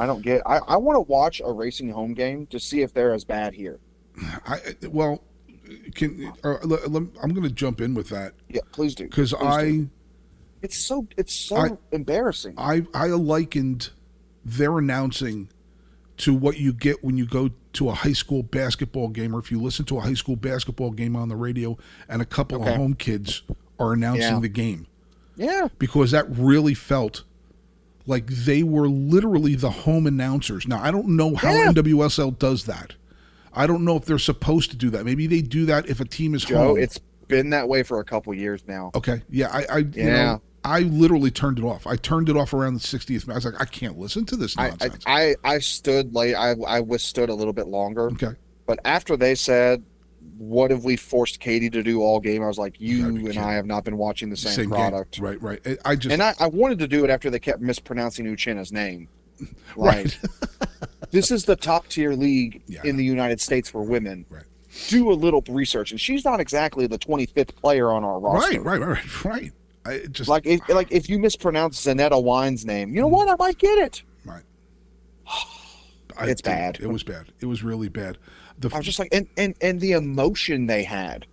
S3: I don't get. I, I want to watch a racing home game to see if they're as bad here.
S2: I well, can or, le- lem- I'm going to jump in with that
S3: Yeah, please do.
S2: because
S3: Please
S2: I
S3: do. It's so it's so
S2: I-
S3: embarrassing.
S2: I I likened their announcing to what you get when you go to a high school basketball game or if you listen to a high school basketball game on the radio and a couple
S3: Okay.
S2: of home kids are announcing
S3: Yeah.
S2: the game
S3: yeah,
S2: because that really felt like they were literally the home announcers. Now, I don't know how
S3: Yeah.
S2: NWSL does that. I don't know if they're supposed to do that. Maybe they do that if a team is
S3: Joe.
S2: home.
S3: It's been that way for a couple years now.
S2: Okay. Yeah. I, I you
S3: Yeah.
S2: know, I literally turned it off. I turned it off around the 60th minute. I was like, I can't listen to this
S3: I, I
S2: nonsense.
S3: I I stood late. I I withstood a little bit longer,
S2: okay.
S3: but after they said, "What have we forced Katie to do all game?" I was like, "You
S2: gotta be
S3: and
S2: kidding.
S3: I have not been watching the same,
S2: Same,
S3: product."
S2: game. Right. Right. I, I just.
S3: And I, I wanted to do it after they kept mispronouncing Uchenna's name. Like, this is the top tier league
S2: Yeah, I
S3: in the United States for women.
S2: Right.
S3: Do a little research, and she's not exactly the 25th player on our roster.
S2: right. Right. Right. Right. Right. I it just.
S3: Like if like if you mispronounce Zanetta Wine's name,
S2: Mm.
S3: you know what? I might get it.
S2: right. I
S3: It's
S2: did-
S3: bad.
S2: It was bad. It was really bad. The
S3: I was just like, and and and the emotion they had.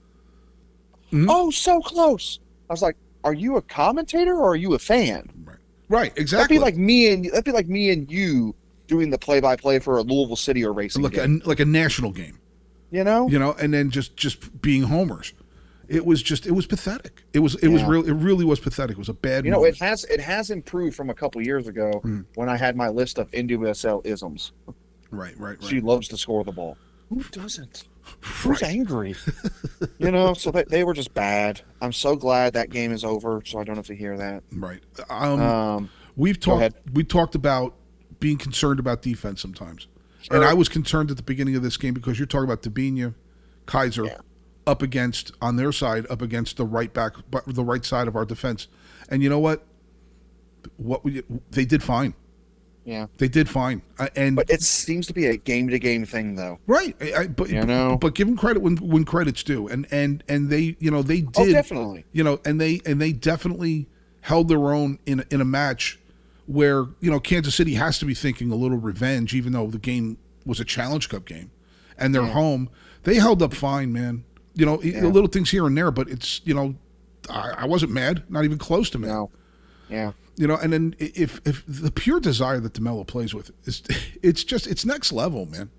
S2: Hmm?
S3: Oh, so close! I was like, are you a commentator or are you a fan?
S2: right. Right.
S3: That'd
S2: Exactly.
S3: be like me and that'd be like me and you doing the play-by-play for a Louisville City or racing
S2: like a,
S3: game.
S2: like a national game.
S3: you know?
S2: you know, and then just just being homers. It was just it was pathetic. It was it was
S3: Yeah.
S2: real it really was pathetic. It was a bad
S3: You know, it
S2: moment.
S3: has it has improved from a couple years ago
S2: Mm.
S3: when I had my list of NWSL isms.
S2: right, right, right.
S3: She loves to score the ball. Who doesn't?
S2: right.
S3: Who's angry? you know, so they, they were just bad. I'm so glad that game is over, so I don't have to hear that.
S2: Right. Um,
S3: Um,
S2: we've
S3: ahead.
S2: talked we talked about being concerned about defense sometimes. And
S3: Sure.
S2: I was concerned at the beginning of this game because you're talking about Dabinia, Kaiser
S3: Yeah.
S2: up against on their side up against the right back but the right side of our defense. And you know what? What we, they did fine.
S3: Yeah.
S2: They did fine, uh, and
S3: But it seems to be a game to game thing, though.
S2: right, I, I, but
S3: You know?
S2: but give them credit when when credits due, and and and they you know they
S3: Oh,
S2: did
S3: definitely.
S2: you know, and they and they definitely held their own in a- in a match where you know Kansas City has to be thinking a little revenge, even though the game was a Challenge Cup game, and they're home. They held up fine, man. You know, i little things here and there, but it's you know, I, I wasn't mad, not even close to mad.
S3: No. Yeah.
S2: You know, and then i- if if the pure desire that Demelo plays with is, it's just it's next level, man.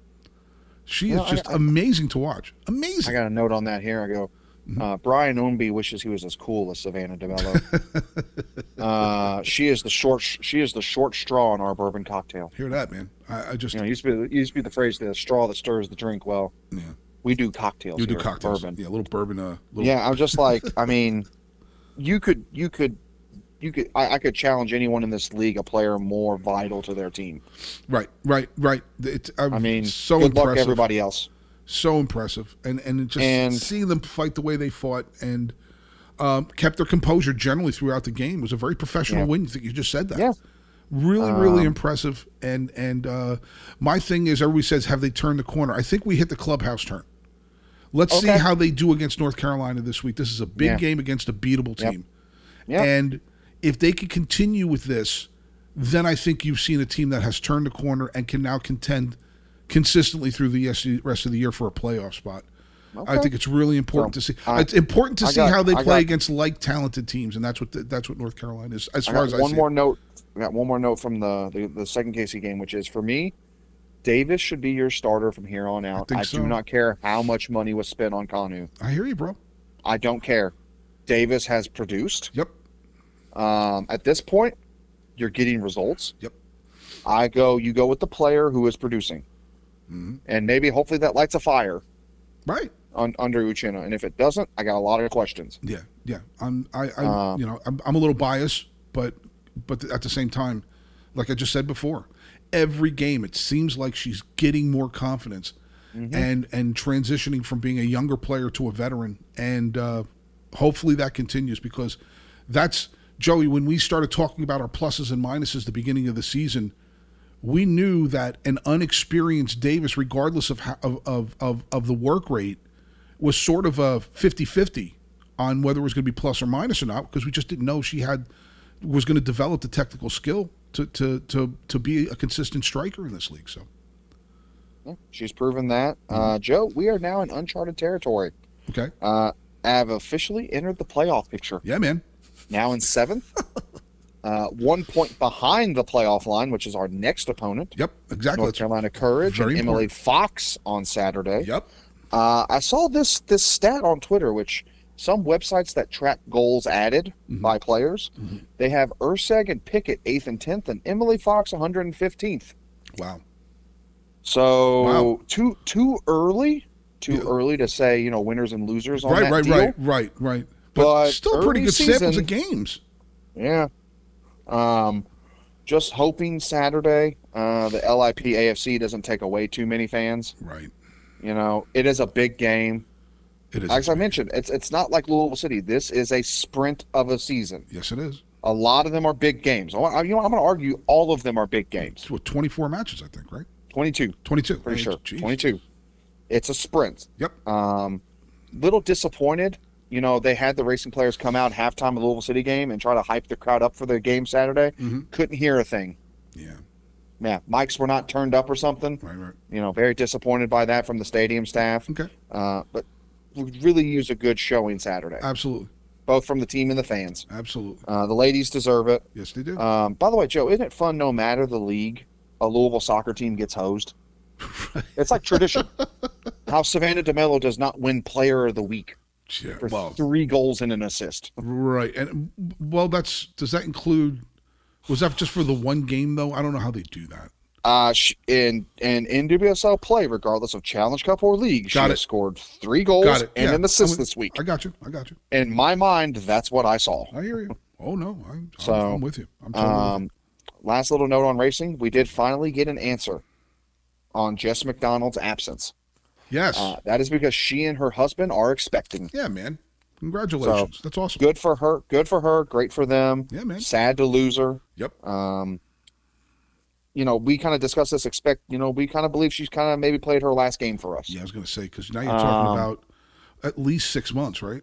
S2: She is
S3: Well, I-
S2: just
S3: I-
S2: amazing to watch.
S3: I
S2: Amazing.
S3: got a note on that here. I go,
S2: Mm-hmm.
S3: uh, Brian Ownby wishes he was as cool as Savannah DeMello. uh, she is the short. She is the short straw in our bourbon cocktail.
S2: Hear that, man? I, I just
S3: You know, it used to be it used to be the phrase "the straw that stirs the drink." Well,
S2: Yeah.
S3: we do cocktails.
S2: you do
S3: here,
S2: cocktails,
S3: Bourbon.
S2: yeah, a little bourbon, uh, little
S3: Yeah, I'm just like, I mean, you could, you could, you could. I, I could challenge anyone in this league, a player more vital to their team.
S2: Right, right, right. It's I'm
S3: I mean,
S2: so
S3: good
S2: impressive,
S3: luck everybody else.
S2: so impressive, and and it just
S3: And-
S2: seeing them fight the way they fought and um, kept their composure generally throughout the game was a very professional
S3: Yeah.
S2: win. You think you just said that?
S3: Yeah. Um,
S2: Really, really impressive. And and uh, my thing is, everybody says, have they turned the corner? I think we hit the clubhouse turn. Let's see
S3: Okay.
S2: how they do against North Carolina this week. This is a big
S3: Yeah.
S2: game against a beatable
S3: Yep.
S2: team.
S3: Yeah.
S2: And if they can continue with this, then I think you've seen a team that has turned a corner and can now contend consistently through the yes- rest of the year for a playoff spot. I
S3: Okay.
S2: think it's really important to see.
S3: I-
S2: it's important to
S3: I
S2: see
S3: got-
S2: how they
S3: I
S2: play
S3: got-
S2: against like talented teams, and that's what the, that's what North Carolina is as
S3: I
S2: far
S3: got
S2: as I
S3: one
S2: see.
S3: more note. I got one more note from the, the the second Casey game, which is for me, Davis should be your starter from here on out.
S2: think
S3: I,
S2: so.
S3: do not care how much money was spent on Kanu.
S2: it. I hear you, bro.
S3: I don't care. Davis has produced.
S2: Yep,
S3: Um, at this point, you're getting results.
S2: Yep.
S3: I go. You go with the player who is producing,
S2: Mhm.
S3: and maybe hopefully that lights a fire
S2: right.
S3: on, under Uchenna. And if it doesn't, I got a lot of questions.
S2: Yeah, yeah. I'm I, I
S3: Uh,
S2: you know I'm, I'm a little biased, but but at the same time, like I just said before, every game it seems like she's getting more confidence, and and transitioning from being a younger player to a veteran, and uh, hopefully that continues because that's Joey. When we started talking about our pluses and minuses the beginning of the season. We knew that an unexperienced Davis, regardless of, how, of, of, of, of the work rate, was sort of a 50-50 on whether it was going to be plus or minus or not because we just didn't know she had was going to develop the technical skill to to to to be a consistent striker in this league. So
S3: Yeah, she's proven that.
S2: Mm-hmm.
S3: Uh, Joe, we are now in uncharted territory.
S2: okay,
S3: Uh, have officially entered the playoff picture.
S2: yeah, man,
S3: Now in seventh, uh, one point behind the playoff line, which is our next opponent,
S2: yep, exactly.
S3: North Carolina Courage and
S2: very
S3: Emily
S2: important.
S3: Fox on Saturday.
S2: Yep,
S3: Uh, I saw this this stat on Twitter, which some websites that track goals added
S2: Mm-hmm.
S3: by players, they have Urseg and Pickett eighth and tenth, and Emily Fox 115th.
S2: wow,
S3: So
S2: Wow.
S3: too too early, too
S2: Yeah.
S3: early to say you know winners and losers on
S2: right,
S3: that
S2: right,
S3: deal.
S2: right, right, right. But,
S3: But
S2: still pretty
S3: early
S2: good samples
S3: season-
S2: of games.
S3: Yeah. Um, just hoping Saturday uh, the LIP AFC doesn't take away too many fans.
S2: Right,
S3: You know, it is a big game.
S2: it is.
S3: As I mentioned, it's it's not like Louisville City. This is a sprint of a season.
S2: yes, it is.
S3: A lot of them are big games. I, I- you know, I'm going to argue all of them are big games.
S2: It's what twenty four matches, I think, right?
S3: 22,
S2: Twenty two.
S3: pretty sure.
S2: Jeez.
S3: 22. It's a sprint.
S2: Yep.
S3: Um, little disappointed. You know, they had the racing players come out halftime of the Louisville City game and try to hype the crowd up for the game Saturday.
S2: Mhm.
S3: Couldn't hear a thing.
S2: Yeah.
S3: Yeah, mics were not turned up or something.
S2: Right. Right.
S3: You know, very disappointed by that from the stadium staff.
S2: Okay.
S3: Uh, but we really use a good showing Saturday,
S2: Absolutely.
S3: both from the team and the fans.
S2: Absolutely.
S3: Uh, the ladies deserve it.
S2: Yes, they do.
S3: Um, by the way, Joe, isn't it fun no matter the league, a Louisville soccer team gets hosed? It's like tradition. How Savannah DeMello does not win player of the week
S2: yeah.
S3: for
S2: Well,
S3: three goals and an assist.
S2: Right. And well, that's does that include was that just for the one game though? I don't know how they do that.
S3: Uh, she, in, in NWSL play, regardless of Challenge Cup or league, she
S2: Got it.
S3: has scored three goals
S2: Got it.
S3: and
S2: Yeah.
S3: an assist
S2: I'm-
S3: this week.
S2: I got you. I got you.
S3: In my mind, that's what I saw.
S2: I hear you. Oh no, I'm, I'm-
S3: So,
S2: I'm with you. I'm totally with
S3: Um, last little note on racing, we did finally get an answer on Jess McDonald's absence.
S2: you. Yes.
S3: Uh, that is because she and her husband are expecting.
S2: yeah, man. Congratulations. that's awesome.
S3: Good for her. Good for her. Great for them.
S2: Yeah, man.
S3: Sad to lose her.
S2: Yep.
S3: Um, you know, we kind of discussed this. Expect, you know, we kind of believe she's kind of maybe played her last game for us
S2: Yeah, I was going to say because now you're talking
S3: Um,
S2: about at least six months, right?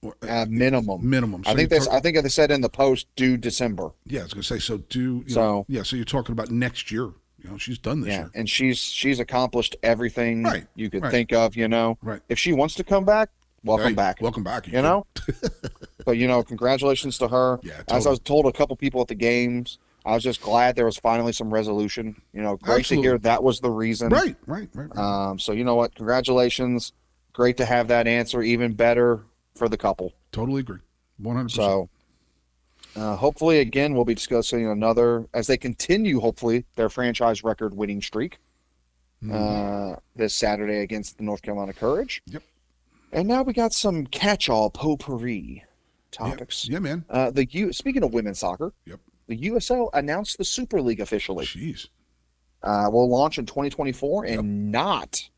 S2: Or, uh,
S3: at minimum.
S2: minimum.
S3: I think
S2: you're
S3: this.
S2: talk-
S3: I think they said in the post due December.
S2: yeah, I was going to say. So do you know,
S3: So-
S2: yeah. So you're talking about next year. You know, she's done this
S3: Yeah,
S2: year.
S3: and she's she's accomplished everything
S2: Right,
S3: you could
S2: right.
S3: think of. You know,
S2: Right.
S3: if she wants to come back, welcome
S2: Hey,
S3: back.
S2: Welcome back.
S3: you know, but you know, congratulations to her.
S2: Yeah,
S3: As I was told a couple people at the games, I was just glad there was finally some resolution. You know, great
S2: Absolutely.
S3: to hear that was the reason.
S2: Right. Right. Right. right.
S3: Um, so you know what? Congratulations. Great to have that answer. Even better for the couple.
S2: totally agree. One hundred percent.
S3: So uh, hopefully, again, we'll be discussing another as they continue. Hopefully, their franchise record winning streak
S2: Mm-hmm.
S3: uh, this Saturday against the North Carolina Courage.
S2: Yep.
S3: And now we got some catch-all potpourri topics.
S2: Yeah, man.
S3: Uh, the U. Speaking of women's soccer,
S2: Yep.
S3: the USL announced the Super League officially.
S2: Jeez.
S3: Uh, will launch in 2024 and not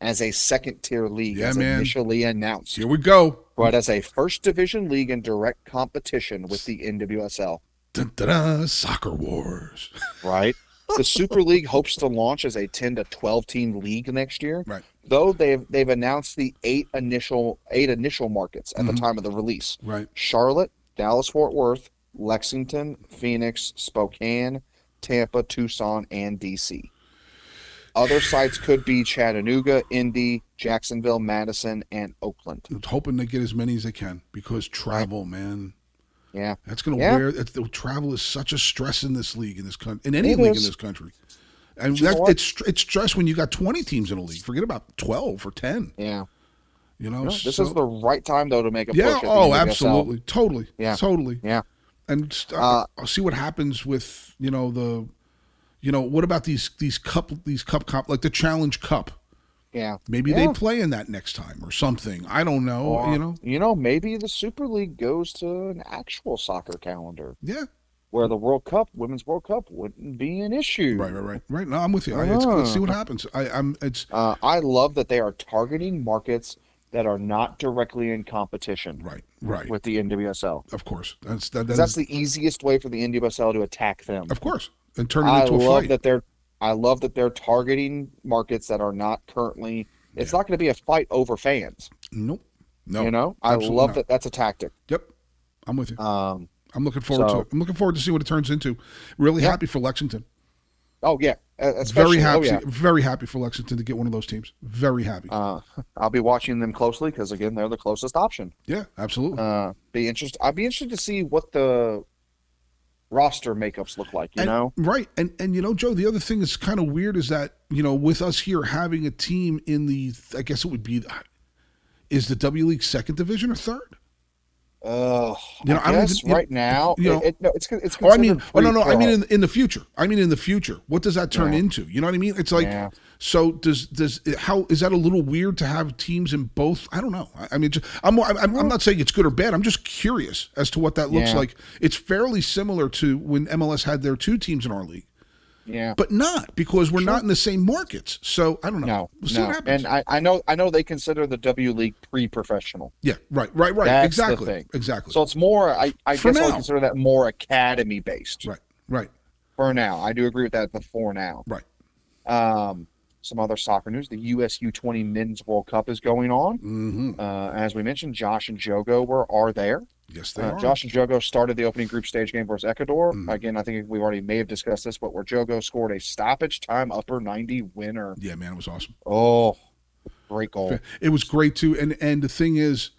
S3: as a second-tier league
S2: Yeah,
S3: as
S2: man.
S3: initially announced,
S2: Here we go.
S3: but as a first-division league in direct competition with the NWSL.
S2: Dun, dun, dun, soccer wars.
S3: Right. The Super League hopes to launch as a 10 to 12 team league next year.
S2: Right.
S3: Though they've they've announced the eight initial eight initial markets at
S2: Mm-hmm.
S3: the time of the release.
S2: Right.
S3: Charlotte, Dallas Fort Worth, Lexington, Phoenix, Spokane, Tampa, Tucson, and DC. Other sites could be Chattanooga, Indy, Jacksonville, Madison, and Oakland.
S2: I'm hoping they get as many as they can because travel, man.
S3: Yeah.
S2: That's going to
S3: Yeah.
S2: wear. That's, the travel is such a stress in this league, in this country, in any
S3: It
S2: league
S3: is.
S2: in this country. And
S3: you know
S2: that,
S3: what?
S2: it's str- it's stress when you got twenty teams in a league. Forget about twelve or ten.
S3: Yeah.
S2: You know,
S3: No, this
S2: so-
S3: is the right time though to make a
S2: yeah.
S3: push. at the
S2: Oh,
S3: NWSL.
S2: absolutely, totally,
S3: Yeah.
S2: totally,
S3: Yeah.
S2: and st-
S3: Uh,
S2: I'll see what happens with you know the, you know what about these these cup these cup comp like the Challenge Cup.
S3: Yeah.
S2: Maybe
S3: Yeah. Oh,
S2: they play in that next time or something. I don't know.
S3: Or,
S2: you know,
S3: you know, maybe the Super League goes to an actual soccer calendar
S2: yeah.
S3: where the World Cup, Women's World Cup, wouldn't be an issue.
S2: Right, right, right, right. No, I'm with you. I, it's, let's
S3: Ah.
S2: see what happens. I, I'm. It's
S3: Uh, I love that they are targeting markets that are not directly in competition
S2: right, right.
S3: with the NWSL.
S2: Of course, that's that. that
S3: 'Cause That's
S2: is,
S3: the easiest way for the NWSL to attack them.
S2: of course, and turn it
S3: I
S2: into a
S3: love
S2: fight.
S3: that they're I love that they're targeting markets that are not currently it's not going to be a fight over fans,
S2: Nope. No.
S3: you know? I
S2: absolutely
S3: love
S2: not.
S3: that that's a tactic.
S2: Yep. I'm with you.
S3: Um,
S2: I'm looking forward
S3: so-
S2: to it. I'm looking forward to see what it turns into. Really
S3: Yeah.
S2: happy for Lexington.
S3: oh yeah, e-
S2: Very
S3: especially- oh,
S2: happy.
S3: yeah.
S2: Very happy for Lexington to get one of those teams. Very happy.
S3: Uh, I'll be watching them closely because again, they're the closest option.
S2: yeah, absolutely.
S3: Uh, be interest. I'd be interested to see what the roster makeups look like. You
S2: And-
S3: know,
S2: right and and you know joe the other thing that's kind of weird is that you know with us here having a team in the i guess it would be is the w league second division or third
S3: uh,
S2: You know,
S3: I
S2: I don't
S3: guess
S2: even- you-
S3: right now,
S2: you know-
S3: it, it- no, it's con- it's.
S2: or i mean
S3: considered
S2: oh no no i
S3: free-for-all.
S2: mean in, in the future i mean in the future what does that turn
S3: Yeah.
S2: into you know what i mean it's like
S3: Yeah.
S2: so does does how is that a little weird to have teams in both i don't know i, I mean ju- I'm, I'm i'm not saying it's good or bad i'm just curious as to what that looks
S3: Yeah.
S2: like it's fairly similar to when mls had their two teams in our league
S3: yeah,
S2: but not because we're not in the same markets. So I don't know.
S3: no,
S2: We'll see
S3: no,
S2: what happens.
S3: and I, I know I know they consider the W League pre-professional,
S2: yeah, right, right, right.
S3: That's the
S2: exactly,
S3: thing.
S2: exactly.
S3: so it's more. I I
S2: For
S3: guess I
S2: now.
S3: consider that more academy based
S2: right, right,
S3: for now. I do agree with that. Before now,
S2: right.
S3: um, some other soccer news: the USU twenty Men's World Cup is going on.
S2: hmm
S3: Uh, as we mentioned, Josh and Jogo were are there.
S2: Yes, they
S3: Uh,
S2: are.
S3: Josh and Jogo started the opening group stage game versus Ecuador.
S2: Hmm.
S3: Again, I think we already may have discussed this, but where Jogo scored a stoppage time upper 90 winner.
S2: yeah, man, it was awesome.
S3: Oh, great goal.
S2: It was great too. And and the thing is,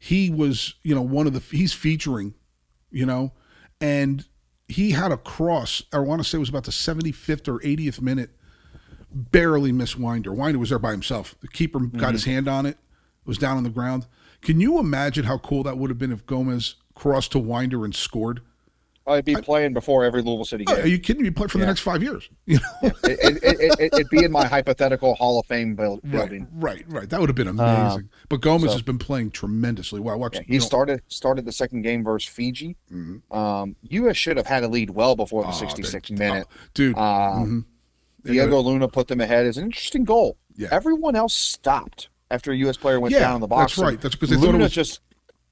S2: he was you know one of the he's featuring, you know, and he had a cross. I want to say it was about the seventy fifth or eightieth minute. Barely missed Winder. Winder was there by himself. The keeper got
S3: Mm-hmm.
S2: his hand on it. Was down on the ground. Can you imagine how cool that would have been if Gomez crossed to Winder and scored?
S3: I'd be playing before every Louisville City
S2: Oh, are
S3: game.
S2: you kidding? You play for
S3: Yeah.
S2: the next five years. You know?
S3: it, it, it, it, it'd be in my hypothetical Hall of Fame build,
S2: right,
S3: building.
S2: right, right. That would have been amazing. but Gomez has been playing tremendously. Wow, watch.
S3: Uh, Yeah,
S2: you
S3: he
S2: know,
S3: started started the second game versus Fiji. Um, U.S. should have had a lead well before the
S2: oh,
S3: 66th
S2: they-
S3: minute.
S2: oh, dude.
S3: Um,
S2: They
S3: Diego
S2: gotta-
S3: Luna put them ahead. Is an interesting goal.
S2: Yeah.
S3: Everyone else stopped after a U.S. player went
S2: Yeah,
S3: down in the box.
S2: that's right.
S3: and
S2: That's 'cause they thought it
S3: Luna
S2: was-
S3: just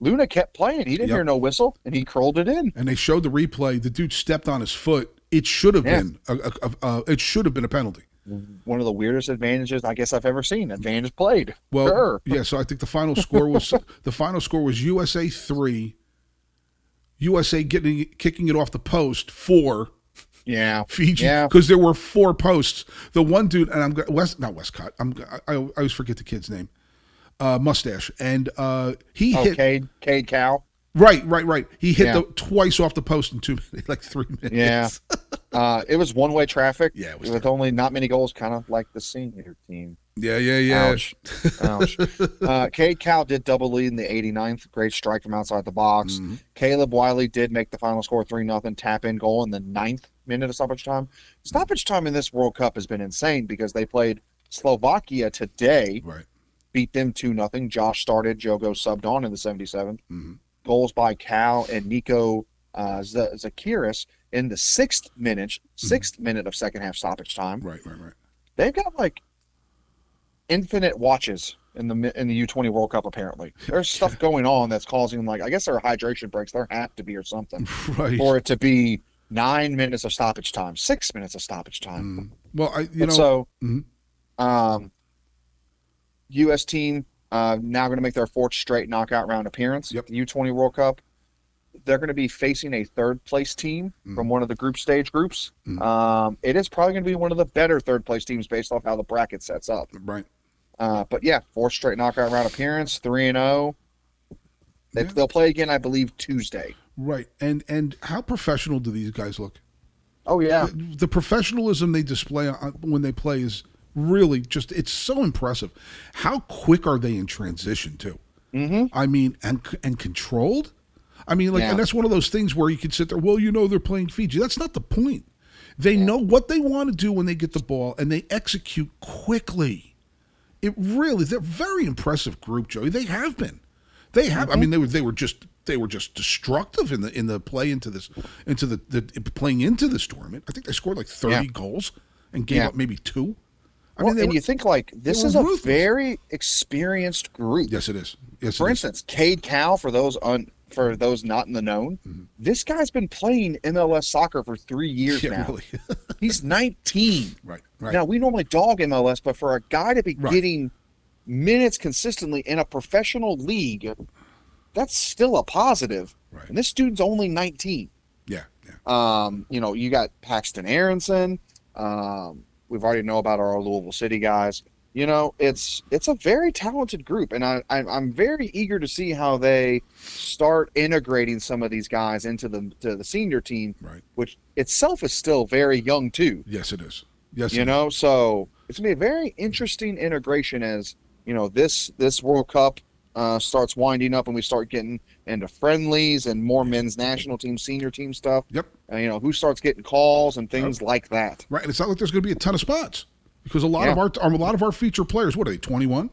S3: Luna kept playing. He didn't
S2: Yep.
S3: hear no whistle, and he curled it in.
S2: and they showed the replay. The dude stepped on his foot It should have
S3: Yeah.
S2: been a, a, a, a- it should have been a penalty.
S3: One of the weirdest advantages I guess I've ever seen. Advantage played.
S2: Well,
S3: sure.
S2: yeah. So I think the final score was the final score was USA three, USA getting kicking it off the post four,
S3: Yeah.
S2: Fiji
S3: Yeah.
S2: because there were four posts. The one dude and I'm go- West not Westcott. I'm I, I always forget the kid's name, uh, mustache, and uh, he
S3: Oh,
S2: hit
S3: Cade, Cade Cow.
S2: right, right, right. He hit
S3: Yeah.
S2: the twice off the post in two minutes, like three minutes.
S3: Yeah. uh, it was one way traffic.
S2: Yeah, it was
S3: with only not many goals, kind of like the senior team.
S2: yeah, yeah, yeah.
S3: Ouch. Ouch. uh, Cade Cow did double lead in the 89th. Great strike from outside the box.
S2: Mhm.
S3: Caleb Wiley did make the final score 3 nothing tap in goal in the ninth minute of stoppage time. Stoppage time in this World Cup has been insane because they played Slovakia today,
S2: Right.
S3: beat them 2 nothing. Josh started, Jogo subbed on in the 77th.
S2: Mhm.
S3: Goals by Cal and Nico uh, Z- Zakiris in the sixth minute, 6th minute of second half stoppage time
S2: Right. Right. Right.
S3: they've got like infinite watches in the mi- in the U20 World Cup. Apparently, there's stuff going on that's causing like I guess their hydration breaks. There have to be or something
S2: Right.
S3: for it to be nine minutes of stoppage time, six minutes of stoppage
S2: Mm.
S3: time.
S2: Well, I you
S3: And
S2: know
S3: so,
S2: Mhm.
S3: um, U.S. team uh, now going to make their fourth straight knockout round appearance
S2: Yep.
S3: at the U20 World Cup. They're going to be facing a third place team
S2: Mm.
S3: from one of the group stage groups.
S2: Mhm.
S3: Um, it is probably going to be one of the better third place teams based off how the bracket sets up.
S2: right.
S3: Uh, but yeah, four straight knockout round appearance, three and zero. They,
S2: Yeah.
S3: They'll play again, I believe, Tuesday.
S2: Right. And and how professional do these guys look?
S3: Oh yeah,
S2: The professionalism they display on, when they play is really just it's so impressive. How quick are they in transition too? Mm-hmm. I mean, and and controlled. I mean, like,
S3: Yeah.
S2: and that's one of those things where you can sit there. Well, you know, they're playing Fiji. That's not the point. They know what they want to do when they get the ball, and they execute quickly. It really, they're a very impressive group, Joey. They have been. They have.
S3: Mm-hmm.
S2: I mean, they were they were just they were just destructive in the in the play into this into the, the playing into this tournament. I think they scored like thirty
S3: Yeah.
S2: goals and gave
S3: Yeah.
S2: up maybe two. I
S3: well,
S2: mean, they
S3: and
S2: were,
S3: you think like this
S2: were
S3: is a
S2: ruthless.
S3: very experienced group.
S2: yes, it is. Yes,
S3: For
S2: it is.
S3: instance, Cade Cal, for those un, for those not in the known,
S2: Mm-hmm.
S3: this guy's been playing MLS soccer for three years
S2: Yeah,
S3: now.
S2: really.
S3: He's 19.
S2: right, right.
S3: Now we normally dog MLS, but for a guy to be
S2: Right.
S3: getting minutes consistently in a professional league, that's still a positive.
S2: Right.
S3: And this dude's only 19.
S2: yeah, yeah.
S3: Um, you know, you got Paxton Aronson. Um, we've already know about our Louisville City guys. You know, it's it's a very talented group, and I, I I'm very eager to see how they start integrating some of these guys into the to the senior team,
S2: Right.
S3: which itself is still very young too
S2: Yes, it is. Yes,
S3: you
S2: it-
S3: know so it's gonna be a very interesting integration as you know this this world cup uh, starts winding up and we start getting into friendlies and more men's national team senior team stuff
S2: Yep.
S3: and, Uh, you know who starts getting calls and things like that
S2: Right, and it's not like there's going to be a ton of spots because a lot of
S3: Yeah.
S2: our a lot of our feature players. What are they? Twenty one.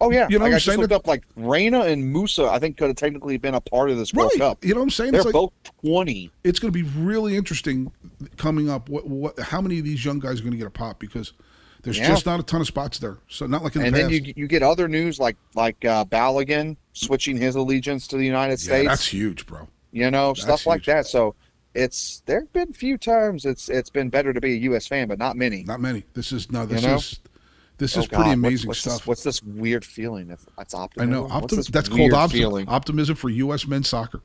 S3: oh yeah
S2: You know what
S3: like, i
S2: I'm
S3: just
S2: saying?
S3: looked up like Reina and musa i think could have technically been a part of this
S2: Right.
S3: world cup
S2: You know what I'm saying?
S3: they're
S2: it's like
S3: both 20
S2: it's going to be really interesting coming up. What what? How many of these young guys are going to get a pop? Because there's
S3: Yeah.
S2: just not a ton of spots there. So not like in the
S3: and
S2: past.
S3: then you you get other news like like uh, Balogun switching his allegiance to the United
S2: yeah,
S3: States.
S2: that's huge, bro.
S3: you know stuff like
S2: huge.
S3: that so it's there've been few times it's it's been better to be a US fan but not many
S2: Not many. This is no. This
S3: know?
S2: is this
S3: Oh,
S2: is
S3: God,
S2: pretty
S3: what's-
S2: amazing
S3: what's
S2: stuff.
S3: This, what's this weird feeling that's, that's
S2: I
S3: optimism
S2: know.
S3: What's
S2: Optim-
S3: this
S2: that's called
S3: weird
S2: optimism.
S3: feeling
S2: Optimism for U.S. men's soccer.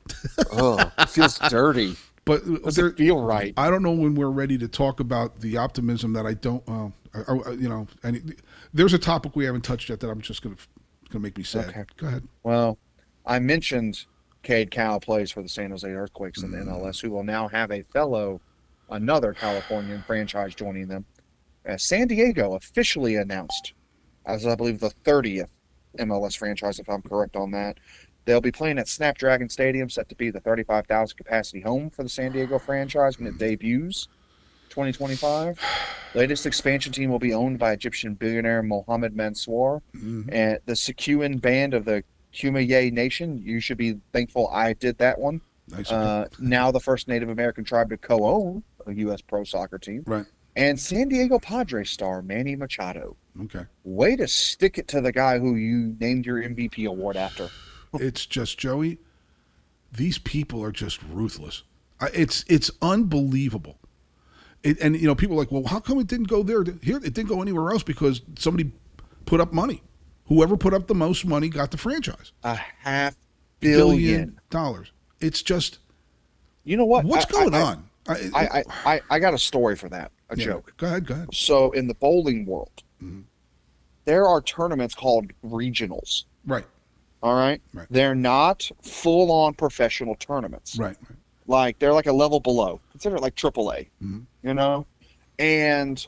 S3: Ugh, it feels dirty
S2: but uh, there,
S3: doesn't feel right
S2: I don't know when we're ready to talk about the optimism that I don't, uh, I, I- you know, any, there's a topic we haven't touched yet that I'm just gonna gonna make me sad.
S3: Okay.
S2: Go ahead.
S3: well I mentioned Cade Cow plays for the San Jose Earthquakes in the MLS who will now have a fellow another Californian franchise joining them uh, San Diego officially announced as I believe the 30th MLS franchise, if I'm correct on that. They'll be playing at Snapdragon Stadium, set to be the 35,000 capacity home for the San Diego franchise when it debuts 2025. Latest expansion team will be owned by Egyptian billionaire Mohammed Mansour.
S2: Mm,
S3: And the Secuan band of the Kumeyaay Nation, you should be thankful I did that one.
S2: Nice.
S3: Uh, now the first Native American tribe to co own a U.S. pro soccer team
S2: right.
S3: and San Diego Padres star Manny Machado.
S2: Okay.
S3: Way to stick it to the guy who you named your MVP award after.
S2: It's just Joey. These people are just ruthless. I- It's it's unbelievable. It, and you know, people are like, well, how come it didn't go there? Here, it didn't go anywhere else because somebody put up money. Whoever put up the most money got the franchise.
S3: A half billion.
S2: dollars. It's just
S3: You know what?
S2: what's
S3: I-
S2: going
S3: I-
S2: on. I,
S3: I, I, I, I got a story for that. A
S2: yeah.
S3: joke.
S2: Go ahead, go ahead.
S3: So in the bowling world,
S2: Mm-hmm.
S3: there are tournaments called regionals.
S2: Right,
S3: All right.
S2: Right.
S3: They're not full on professional tournaments.
S2: right, right.
S3: Like they're like a level below. Consider it like AAA,
S2: Mhm.
S3: you know? And,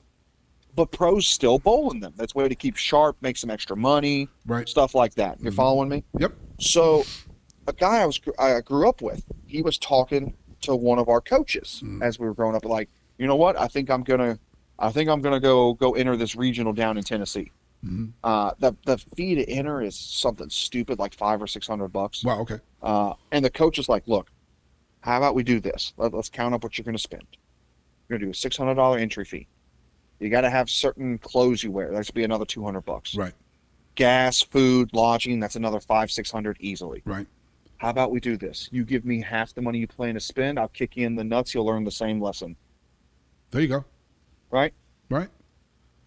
S3: but pros still bowling them. That's a way to keep sharp, make some extra money,
S2: right.
S3: stuff like that. You're
S2: Mhm.
S3: following me?
S2: Yep.
S3: So, a guy I was I grew up with, he was talking to one of our coaches
S2: Mm.
S3: as we were growing up. Like, you know what? I think I'm gonna, I think I'm gonna go go enter this regional down in Tennessee.
S2: Mhm.
S3: Uh, the the fee to enter is something stupid, like five or six hundred bucks.
S2: Wow. Okay.
S3: Uh, and the coach is like, look, how about we do this? Let, let's count up what you're going to spend. You're going to do a six hundred dollar entry fee. You got to have certain clothes you wear. That's be another two hundred bucks.
S2: Right.
S3: Gas, food, lodging. That's another five six hundred easily
S2: Right.
S3: how about we do this? You give me half the money you plan to spend, I'll kick you in the nuts, you'll learn the same lesson,
S2: There you go.
S3: right?
S2: Right.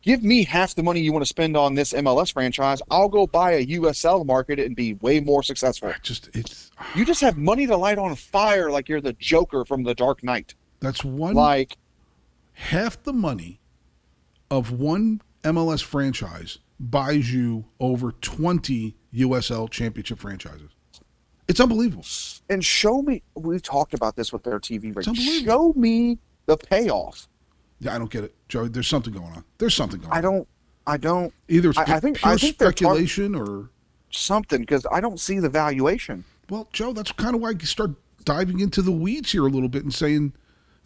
S3: Give me half the money you want to spend on this MLS franchise, I'll go buy a USL market and be way more successful.
S2: I just it's
S3: You just have money to light on fire like you're the Joker from The Dark Knight.
S2: that's one
S3: Like,
S2: half the money of one MLS franchise buys you over 20 USL championship franchises. It's unbelievable.
S3: and show me, we talked about this with their TV ratings.
S2: unbelievable.
S3: Show me the payoff.
S2: Yeah, I don't get it, Joey. There's something going on. There's something going on.
S3: I don't, I don't,
S2: Either it's
S3: I- I
S2: pu-
S3: think-
S2: pure
S3: I think they're tar-
S2: speculation or
S3: something, because I don't see the valuation.
S2: well, Joe, that's kind of why I start diving into the weeds here a little bit and saying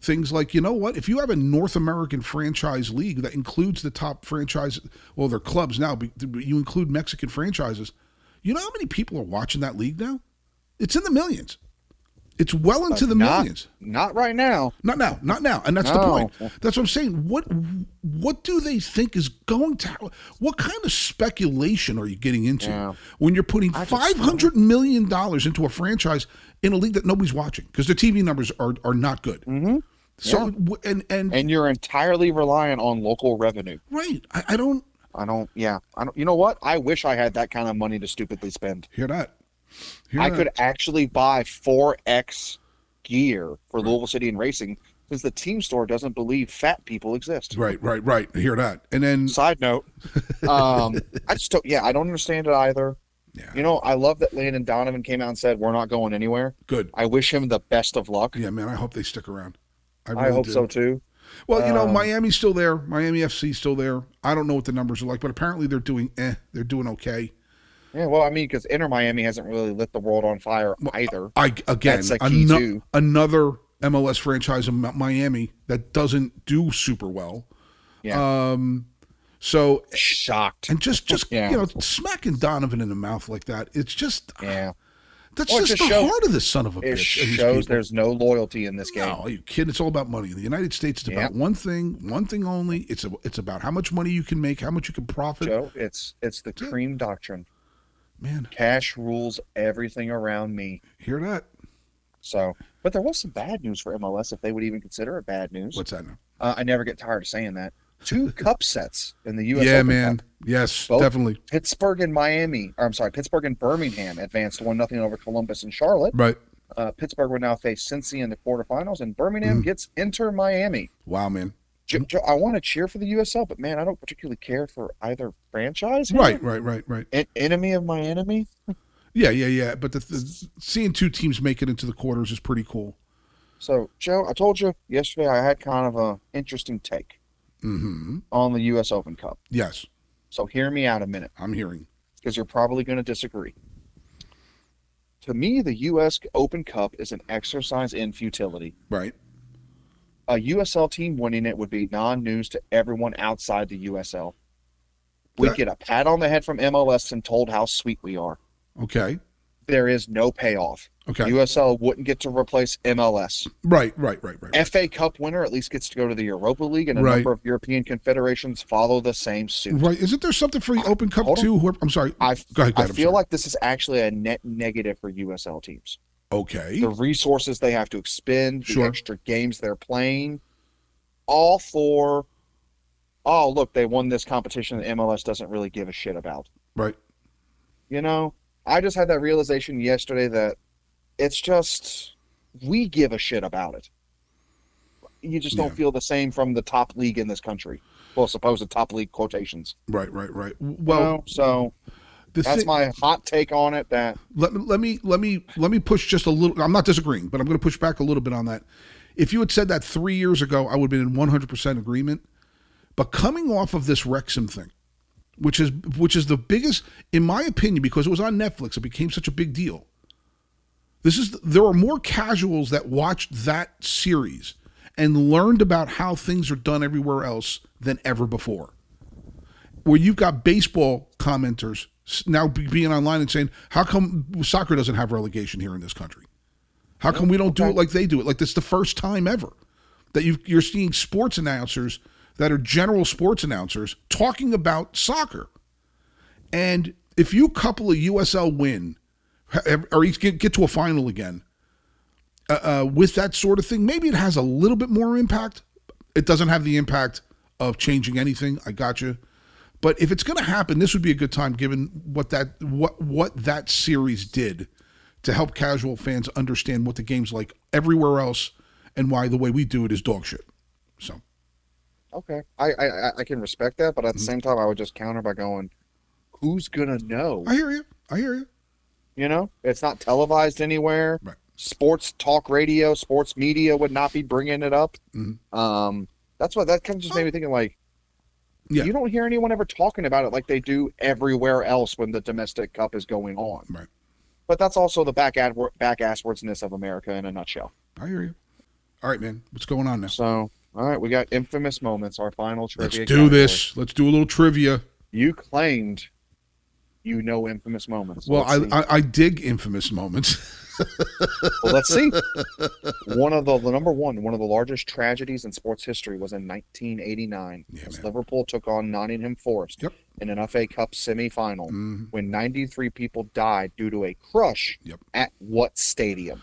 S2: things like, you know what? If you have a North American franchise league that includes the top franchise, well, they're clubs now, but you include Mexican franchises. You know how many people are watching that league now? It's in the millions. It's well into the
S3: Not-
S2: millions.
S3: Not right now.
S2: Not now, not now, and that's the
S3: No.
S2: point. That's what I'm saying. What what do they think is going to? What kind of speculation are you getting into
S3: Yeah.
S2: when you're putting
S3: I just-
S2: five hundred million dollars into a franchise in a league that nobody's watching because their TV numbers are are not good.
S3: Mm-hmm.
S2: So w and, and
S3: and you're entirely reliant on local revenue.
S2: right, I, I don't
S3: I don't. Yeah, I don't. You know what? I wish I had that kind of money to stupidly spend.
S2: hear that. Hear
S3: I
S2: that.
S3: could actually buy four X gear for Louisville City and Racing since the team store doesn't believe fat people exist.
S2: right, right, right. Hear that, and then
S3: Side note, um, I just don't. Yeah, I don't understand it either.
S2: yeah,
S3: You know, I love that Landon Donovan came out and said we're not going anywhere.
S2: good.
S3: I wish him the best of luck.
S2: Yeah, man, I hope they stick around.
S3: I,
S2: really
S3: hope
S2: do.
S3: so too.
S2: Well, you know,
S3: Um,
S2: Miami's still there. Miami FC's still there. I don't know what the numbers are like, but apparently they're doing eh, they're doing okay.
S3: Yeah, well, I mean, because Inter Miami hasn't really lit the world on fire either.
S2: I again
S3: That's a key
S2: ano-
S3: too.
S2: another MLS franchise in Mi- Miami that doesn't do super well.
S3: Yeah.
S2: Um so
S3: Shocked.
S2: and just just
S3: Yeah.
S2: you know, smacking Donovan in the mouth like that, it's just
S3: Yeah.
S2: that's
S3: Well, it
S2: just, the
S3: just shows-
S2: heart of this son of a bitch.
S3: It
S2: and these
S3: shows
S2: people.
S3: there's no loyalty in this game.
S2: No, are you kidding? It's all about money. In the United States, it's about
S3: Yep.
S2: one thing, one thing only. It's a, it's about how much money you can make, how much you can profit.
S3: Joe, it's it's the
S2: Dude.
S3: cream doctrine.
S2: Man,
S3: Cash rules everything around me.
S2: hear that?
S3: So, but there was some bad news for MLS if they would even consider it bad news.
S2: What's that now?
S3: Uh, I never get tired of saying that. Two cup sets in the U.S.
S2: Yeah,
S3: Open
S2: man.
S3: Cup.
S2: Yes,
S3: Both-
S2: definitely.
S3: Pittsburgh and Miami, or I'm sorry, Pittsburgh and Birmingham advanced one nothing over Columbus and Charlotte.
S2: Right.
S3: Uh, Pittsburgh would now face Cincy in the quarterfinals, and
S2: Mm.
S3: Birmingham gets Inter Miami.
S2: Wow, man.
S3: Jo- Joe, I want to cheer for the USL, but man, I don't particularly care for either franchise. here.
S2: Right, right, right, right.
S3: En- enemy of my enemy.
S2: Yeah, yeah, yeah. But the, the seeing two teams make it into the quarters is pretty cool.
S3: So, Joe, I told you yesterday I had kind of a interesting take
S2: Mm-hmm.
S3: on the U.S. Open Cup.
S2: Yes,
S3: So, hear me out a minute
S2: I'm hearing.
S3: because you're probably going to disagree. To me, the U.S. Open Cup is an exercise in futility.
S2: Right.
S3: A USL team winning it would be non-news to everyone outside the USL. We
S2: That-
S3: get a pat on the head from MLS and told how sweet we are.
S2: Okay.
S3: There is no payoff.
S2: Okay.
S3: USL wouldn't get to replace MLS.
S2: Right, right, right, right.
S3: FA Cup winner at least gets to go to the Europa League, and a
S2: Right.
S3: number of European confederations follow the same suit.
S2: Right. Isn't there something for the Open Cup
S3: Hold on.
S2: too? Whoever, I'm sorry. Go
S3: I,
S2: ahead, go
S3: I
S2: ahead, I'm
S3: feel
S2: sorry.
S3: like this is actually a net negative for USL teams.
S2: Okay.
S3: the resources they have to expend, the
S2: Sure.
S3: extra games they're playing, all for, oh, look, they won this competition that MLS doesn't really give a shit about.
S2: Right.
S3: You know, I just had that realization yesterday that it's just, we give a shit about it. You just don't
S2: Yeah.
S3: feel the same from the top league in this country. Well, suppose the top league quotations.
S2: Right. Right. Right.
S3: you
S2: Well,
S3: know? so
S2: the
S3: that's
S2: thi-
S3: my hot take on it. That
S2: let, let me let me let me push just a little. I'm not disagreeing, but I'm going to push back a little bit on that. If you had said that three years ago, I would have been in 100% agreement. But coming off of this Wrexham thing, which is which is the biggest, in my opinion, because it was on Netflix, it became such a big deal. This is there are more casuals that watched that series and learned about how things are done everywhere else than ever before where you've got baseball commenters s- now be- being online and saying, "How come soccer doesn't have relegation here in this country? How come we don't do it like they do it? Like this, is the first time ever that you you're seeing sports announcers that are general sports announcers talking about soccer." And if you couple a USL win, ha- or each get, get to a final again, uh, uh, with that sort of thing, maybe it has a little bit more impact. It doesn't have the impact of changing anything. I got you. But if it's going to happen, this would be a good time, given what that what what that series did to help casual fans understand what the game's like everywhere else and why the way we do it is dog shit. So
S3: Okay, I I, I- I can respect that, but at
S2: Mm-hmm.
S3: the same time, I would just counter by going, "Who's gonna know?
S2: I hear you. I hear you.
S3: You know, it's not televised anywhere.
S2: Right.
S3: Sports talk radio, sports media would not be bringing it up.
S2: Mhm.
S3: Um, that's what that kind of just made me thinking like,
S2: Yeah.
S3: you don't hear anyone ever talking about it like they do everywhere else when the domestic cup is going on.
S2: Right.
S3: But that's also the back ad back asswardsness of America in a nutshell.
S2: I hear you. All right, man. What's going on now?
S3: So, all right, we got infamous moments. Our final
S2: Let's do
S3: trivia. category.
S2: this. Let's do a little trivia.
S3: You claimed you know infamous moments.
S2: Well,
S3: let's see.
S2: I, I I dig infamous moments.
S3: Well, let's see. One of the, the number one, one of the largest tragedies in sports history was in 1989
S2: Yeah,
S3: as
S2: man.
S3: Liverpool took on Nottingham Forest
S2: Yep.
S3: in an FA Cup semi-final
S2: Mhm.
S3: when 93 people died due to a crush
S2: Yep.
S3: at what stadium?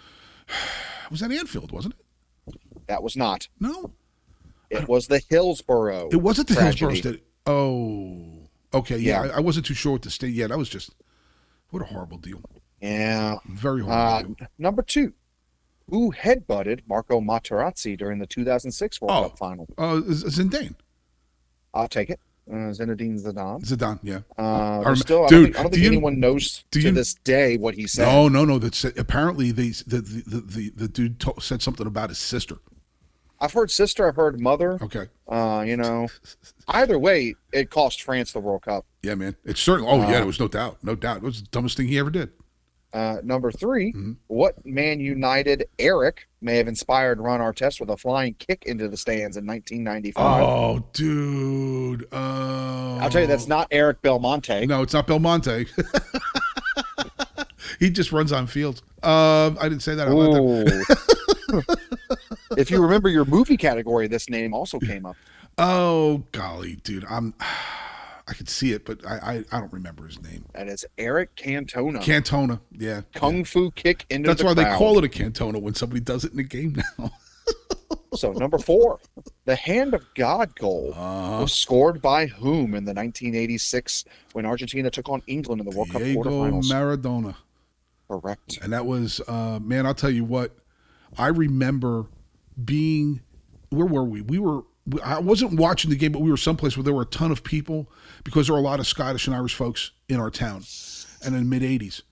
S2: Was that Anfield? Wasn't it?
S3: That was not.
S2: No,
S3: It was the Hillsborough.
S2: it wasn't the
S3: tragedy.
S2: Hillsborough Stadium. Oh, okay. Yeah,
S3: Yeah.
S2: I, I wasn't too sure what the state. Yeah, that was just what a horrible deal.
S3: Yeah.
S2: Very
S3: Uh,
S2: horrible. deal.
S3: number two, who headbutted Marco Materazzi during the 2006 World
S2: Oh.
S3: Cup final?
S2: Uh, Z- Zidane,
S3: I'll take it. Uh, Zinedine Zidane.
S2: Zidane. Yeah.
S3: Uh,
S2: Or-
S3: there's still, I
S2: dude,
S3: don't think, I don't
S2: do
S3: think
S2: you-
S3: anyone knows
S2: do
S3: to
S2: you-
S3: this day what he said.
S2: No, no, no. That's apparently they the the the, the, the dude to, said something about his sister.
S3: I've heard sister, I've heard mother.
S2: Okay.
S3: Uh, you know, either way, it cost France the World Cup.
S2: Yeah, man. It's certainly. Oh, yeah.
S3: Uh,
S2: There was no doubt. No doubt. It was the dumbest thing he ever did.
S3: Uh, number 3
S2: Mhm.
S3: what Man United Eric may have inspired Ron Artest with a flying kick into the stands in 1995?
S2: Oh, dude. Oh.
S3: I'll tell you, that's not Eric Belmonte.
S2: No, it's not Belmonte. he just runs on fields. Um, I didn't say that. out loud there.
S3: Ooh. if you remember your movie category, this name also came up.
S2: Oh golly, dude, I'm. I could see it, but I I, I don't remember his name.
S3: That is Eric Cantona.
S2: Cantona. Yeah.
S3: Kung Fu kick into
S2: That's
S3: Oh. the
S2: why
S3: crowd.
S2: they call it a Cantona when somebody does it in a game now.
S3: So number four, the hand of God goal
S2: Uh,
S3: was scored by whom in the 1986 when Argentina took on England in the World
S2: Diego
S3: Cup quarterfinals?
S2: Maradona.
S3: Correct.
S2: and that was uh, man i'll tell you what i remember being where were we we were i wasn't watching the game but we were someplace where there were a ton of people because there were a lot of scottish and irish folks in our town and in the mid 80s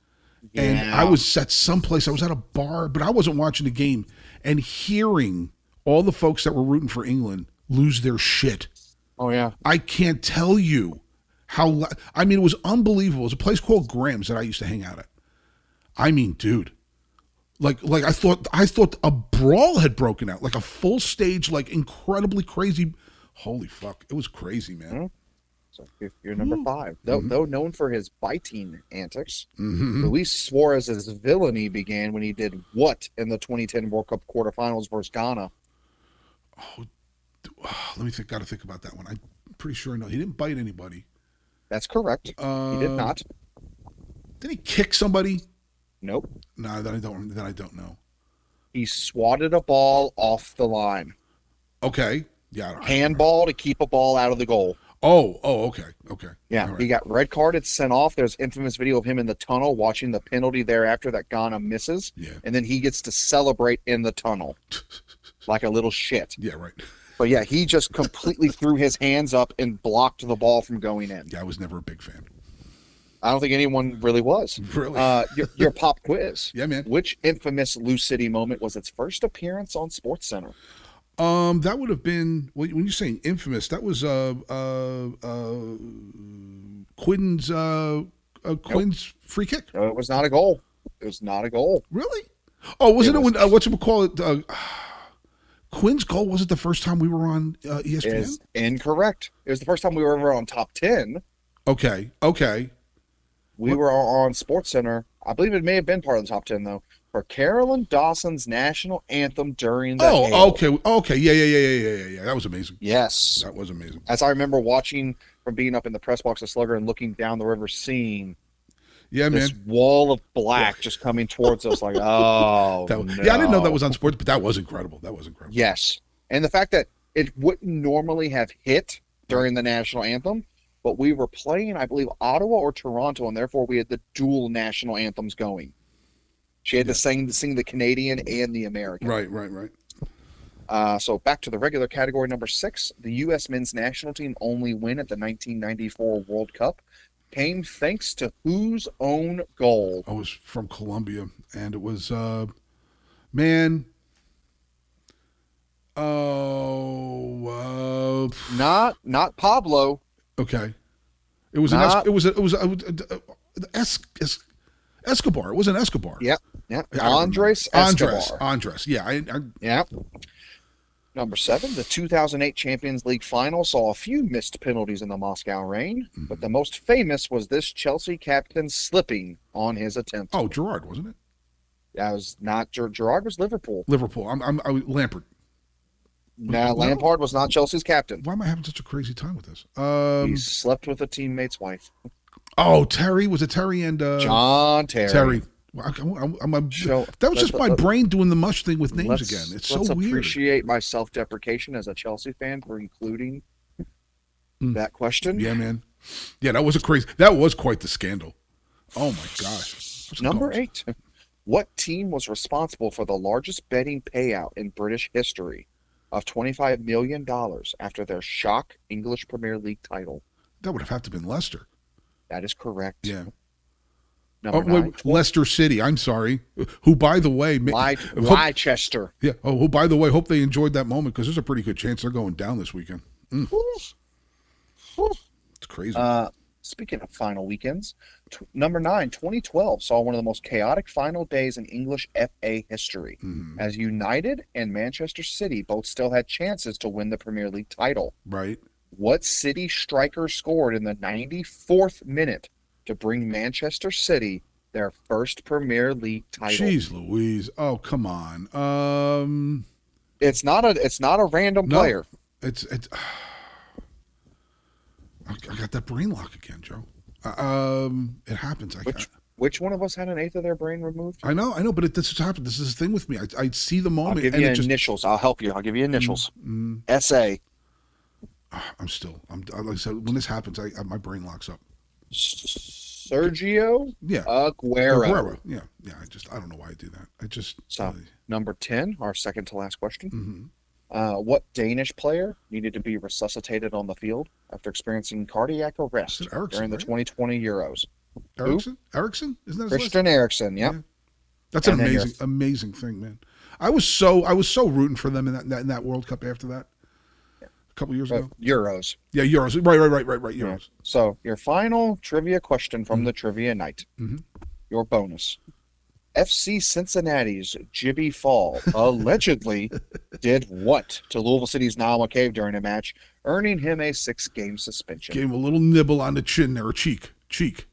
S2: and
S3: Yeah.
S2: i was at someplace i was at a bar but i wasn't watching the game and hearing all the folks that were rooting for england lose their shit
S3: Oh yeah.
S2: I can't tell you how. la- I mean, it was unbelievable. It was a place called Graham's that I used to hang out at. I mean, dude, like like I thought I thought a brawl had broken out, like a full stage, like incredibly crazy. Holy fuck, it was crazy, man.
S3: So you're, you're
S2: Mm-hmm.
S3: number five. Though, though known for his biting antics,
S2: hmm
S3: Luis Suarez's villainy began when he did what in the 2010 World Cup quarterfinals versus Ghana?
S2: Let me think. Got to think about that one. I'm pretty sure no, he didn't bite anybody.
S3: That's correct. He
S2: Uh,
S3: did not.
S2: Did he kick somebody?
S3: Nope.
S2: No, that I don't. That I don't know.
S3: He swatted a ball off the line.
S2: Okay. Yeah. I don't-
S3: Handball to keep a ball out of the goal.
S2: Oh. Oh. Okay. Okay.
S3: Yeah,
S2: All right.
S3: he got red carded, sent off. There's infamous video of him in the tunnel watching the penalty thereafter that Ghana misses,
S2: Yeah.
S3: and then he gets to celebrate in the tunnel like a little shit.
S2: Yeah. Right.
S3: But yeah, he just completely threw his hands up and blocked the ball from going in.
S2: Yeah. I was never a big fan.
S3: I don't think anyone really was.
S2: Really.
S3: Uh, your, your pop quiz.
S2: yeah, man.
S3: Which infamous Lou City moment was its first appearance on Sports Center?
S2: Um, that would have been when when you're saying infamous. That was uh uh uh Quinn's uh, uh Quinn's free kick.
S3: No, it was not a goal. It was not a goal.
S2: Really? Oh, wasn't it,
S3: It
S2: when uh, what's it call it? Uh, Quinn's goal was it the first time we were on uh, ESPN?
S3: Is incorrect. It was the first time we were ever on top ten.
S2: Okay, okay.
S3: We were on Sports Center. I believe it may have been part of the top ten though for Carolyn Dawson's national anthem during the.
S2: Oh,
S3: hail.
S2: okay, okay. Yeah, yeah, yeah, yeah, yeah, yeah, yeah. That was amazing.
S3: Yes,
S2: That was amazing.
S3: as I remember watching from being up in the press box of Slugger and looking down the river, seeing
S2: Yeah, man.
S3: this wall of black just coming towards us. Like, oh,
S2: That, Yeah, I didn't know that
S3: no.
S2: was on sports, but that was incredible. That was incredible.
S3: Yes. And the fact that it wouldn't normally have hit during the national anthem, but we were playing, I believe, Ottawa or Toronto, and therefore we had the dual national anthems going. She had to sing, sing the Canadian and the American.
S2: Right, right, right.
S3: Uh, so back to the regular category number six. The U.S. men's national team only win at the 1994 World Cup came thanks to whose own goal?
S2: I was from Colombia, and it was uh, man. Oh, uh,
S3: Not not Pablo.
S2: okay. It was an es-
S3: Not-
S2: it was a, it was a, a, a- es- es- Escobar. It was an Escobar.
S3: Yep. Yep.
S2: I remember.
S3: Andres Escobar.
S2: Andres. Andres. Yeah. I, I,
S3: Yeah. Number seven, the 2008 Champions League final saw a few missed penalties in the Moscow rain, but
S2: Mm-hmm.
S3: the most famous was this Chelsea captain slipping on his attempt.
S2: oh, Gerard wasn't it?
S3: That was not Ger- Gerard was Liverpool.
S2: Liverpool. I'm. I'm. I, was- Lampard. Mm-hmm.
S3: Now Lampard was not Chelsea's captain.
S2: Why am I having such a crazy time with this? Um.
S3: He slept with a teammate's wife,
S2: Oh, Terry was it Terry and uh,
S3: John Terry.
S2: Terry. Wow, I'm- I'm- I'm- I'm-
S3: Show-
S2: that was just
S3: let's-
S2: my
S3: let's-
S2: brain doing the mush thing with names
S3: Let's-
S2: again. It's so
S3: let's
S2: weird.
S3: appreciate my self-deprecation as a Chelsea fan for including
S2: Mm.
S3: that question.
S2: Yeah, man. Yeah, that was a crazy. That was quite the scandal. Oh my gosh. What's it
S3: Number
S2: called?
S3: eight. What team was responsible for the largest betting payout in British history of $25 million after their shock English Premier League title?
S2: That would have had to been Leicester.
S3: That is correct.
S2: Yeah. Oh,
S3: Number nine.
S2: wait, Leicester City. I'm sorry. Who, by the way, ma-
S3: Ly-
S2: hope-
S3: Leicester.
S2: yeah. Oh, who, by the way, hope they enjoyed that moment because there's a pretty good chance they're going down this weekend. It's crazy.
S3: Uh, speaking of final weekends, t- number nine, 2012 saw one of the most chaotic final days in English FA history,
S2: Mm-hmm.
S3: as United and Manchester City both still had chances to win the Premier League title.
S2: right.
S3: What City striker scored in the 94th minute to bring Manchester City their first Premier League title?
S2: Jeez, Louise. Oh, come on. Um,
S3: It's not a it's not a random
S2: No.
S3: player.
S2: it's it's. I I got that brain lock again, Joe. Uh, Um, it happens. I,
S3: Which which one of us had an eighth of their brain removed?
S2: I know, I know, but it, this has happened. This is the thing with me. I, I see the
S3: I'll
S2: moment,
S3: give
S2: and
S3: you
S2: it just. Mm.
S3: initials. I'll help you. I'll give you initials. SA.
S2: I'm still. I'm like I said. When this happens, I, I my brain locks up.
S3: Sergio
S2: Yeah.
S3: Aguero.
S2: Aguero. Yeah, yeah. I just. I don't know why I do that. I just.
S3: So, number 10, our second to last question.
S2: Mhm.
S3: Uh, what Danish player needed to be resuscitated on the field after experiencing cardiac arrest
S2: Is it Eriksen,
S3: during the
S2: right?
S3: 2020 Euros? Who?
S2: Erickson. Erickson. Isn't that his last?
S3: Christian Eriksen, yeah.
S2: Yeah. That's an
S3: and then your-
S2: amazing, amazing thing, man. I was so. I was so rooting for them in that in that, in that World Cup after that. A couple years
S3: But
S2: ago.
S3: Euros.
S2: Yeah, Euros. Right, right, right, right, right. Euros.
S3: So, your final trivia question
S2: Mm-hmm.
S3: from the trivia night.
S2: Mhm.
S3: Your bonus. FC Cincinnati's Jibby Fall allegedly did what to Louisville City's Niall McCabe during a match, earning him a six game suspension?
S2: Gave him a little nibble on the chin there, cheek, cheek.